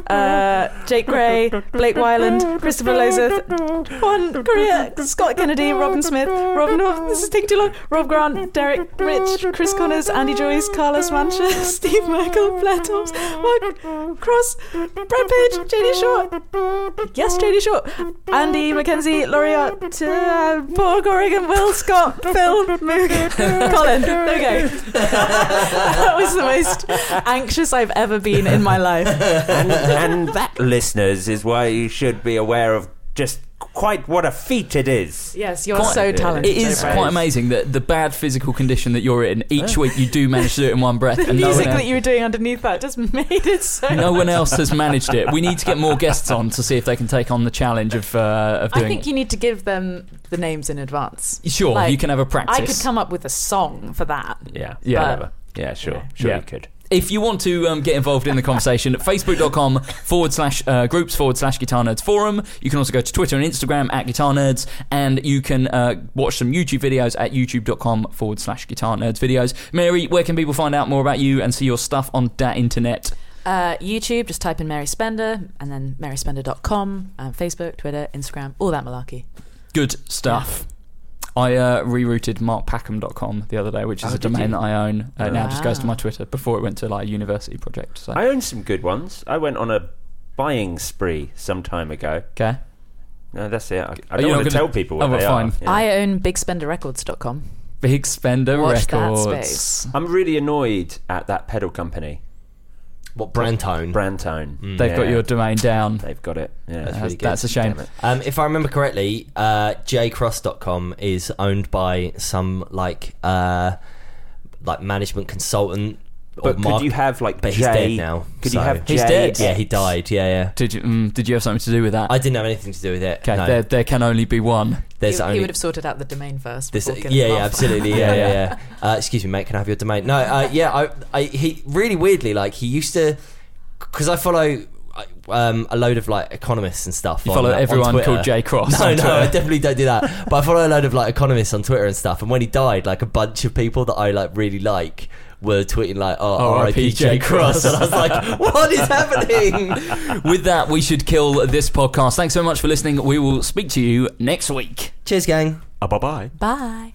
Speaker 3: Uh, Jake Gray, Blake Wyland, Christopher Lozeth, Juan Correa, Scott Kennedy, Robin Smith, Robin North, this is taking too long, Rob Grant, Derek Rich, Chris Connors, Andy Joyce, Carlos Mancha, *laughs* Steve Merkel, Blair Toms, Mark Cross, Brad Page, JD Short, yes, JD Short, Andy McKenzie, Laureate, uh, Paul Corrigan, Will Scott, Phil Moog, *laughs* Colin. There we go *laughs* that was the most anxious I've ever been in my life.
Speaker 4: and, and that, listeners, is why you should be aware of just quite what a feat it is.
Speaker 3: Yes, you're
Speaker 1: Quite-
Speaker 3: so talented.
Speaker 1: It is
Speaker 3: so brave.
Speaker 1: quite amazing that the bad physical condition that you're in, each week you do manage to do it in
Speaker 3: *laughs*
Speaker 1: one breath.
Speaker 3: The
Speaker 1: and no one
Speaker 3: music
Speaker 1: else-
Speaker 3: that you were doing underneath that just *laughs* made it so.
Speaker 1: no one else has managed it. We need to get more guests on to see if they can take on the challenge of uh, of doing.
Speaker 3: I think you need to give them the names in advance.
Speaker 1: it. Sure,
Speaker 3: like,
Speaker 1: you can have a practice.
Speaker 3: I could come up with a song for that.
Speaker 4: Yeah.
Speaker 1: Yeah.
Speaker 4: Whatever. Yeah, sure. Sure
Speaker 1: Yeah.
Speaker 4: you could.
Speaker 1: If you want to um, get involved in the conversation, *laughs* facebook.com forward slash uh, groups forward slash guitar nerds forum. You can also go to Twitter and Instagram at guitar nerds, and you can uh, watch some YouTube videos at youtube.com forward slash guitar nerds videos. Mary, where can people find out more about you and see your stuff on that internet?
Speaker 3: Uh, YouTube, just type in Mary Spender and then maryspender.com, um, Facebook, Twitter, Instagram, all that malarkey.
Speaker 1: Good stuff. I uh, rerouted markpackham.com the other day, which
Speaker 4: Oh,
Speaker 1: is a domain that I own. Uh, Now it just goes to my Twitter. Before it went to like a university project. So
Speaker 4: I own some good ones. I went on a buying spree some time ago.
Speaker 1: okay,
Speaker 4: No, that's it. I, I
Speaker 1: you're
Speaker 4: don't
Speaker 1: not
Speaker 4: want to
Speaker 1: gonna-
Speaker 4: tell people what
Speaker 1: Oh, well,
Speaker 4: they
Speaker 1: fine.
Speaker 4: are. Yeah.
Speaker 3: I own bigspenderrecords.com.
Speaker 1: big spender
Speaker 3: Watch that
Speaker 1: records.
Speaker 3: space.
Speaker 4: I'm really annoyed at that pedal company,
Speaker 2: What brand tone?
Speaker 4: Brantone.
Speaker 1: They've got
Speaker 4: Yeah.
Speaker 1: your domain down.
Speaker 4: They've got it. Yeah.
Speaker 1: That's,
Speaker 2: Mm. really good.
Speaker 1: that's a shame.
Speaker 2: Um, if I remember correctly, uh, jcross.com is owned by some like uh, like management consultant. or
Speaker 4: But could
Speaker 2: mark-
Speaker 4: you have like
Speaker 2: But
Speaker 4: J?
Speaker 2: he's dead now,
Speaker 4: Could
Speaker 2: so-
Speaker 4: you have
Speaker 1: He's
Speaker 4: J-
Speaker 1: dead.
Speaker 2: Yeah, he died. Yeah, yeah.
Speaker 1: Did you? Mm, did you have something to do with that?
Speaker 2: I didn't have anything to do with it.
Speaker 1: okay,
Speaker 2: no.
Speaker 1: there, there can only be one.
Speaker 2: there's
Speaker 3: he,
Speaker 2: only
Speaker 3: he would have sorted out the domain first.
Speaker 2: This,
Speaker 3: before
Speaker 2: yeah,
Speaker 3: killing
Speaker 2: yeah,
Speaker 3: Bob.
Speaker 2: absolutely,
Speaker 1: *laughs*
Speaker 2: yeah, yeah, yeah. Uh, excuse me, mate. Can I have your domain? No, uh, yeah, I, I, he really weirdly like he used to, because I follow um, a load of like economists and stuff.
Speaker 1: You
Speaker 2: on,
Speaker 1: follow
Speaker 2: uh, on
Speaker 1: everyone
Speaker 2: Twitter.
Speaker 1: called J Cross.
Speaker 2: No,
Speaker 1: on
Speaker 2: no,
Speaker 1: Twitter.
Speaker 2: I definitely don't
Speaker 1: *laughs*
Speaker 2: do that. But I follow a load of like economists on Twitter and stuff. And when he died, like a bunch of people that I like really like were tweeting like, "Oh,
Speaker 1: R.I.P.
Speaker 2: R.I.P. J. Cross," and I
Speaker 1: *laughs*
Speaker 2: was like, "What is happening?"
Speaker 1: With that, we should kill this podcast. Thanks so much for listening. We will speak to you next week.
Speaker 2: Cheers, gang.
Speaker 4: bye bye.
Speaker 3: *laughs* Bye.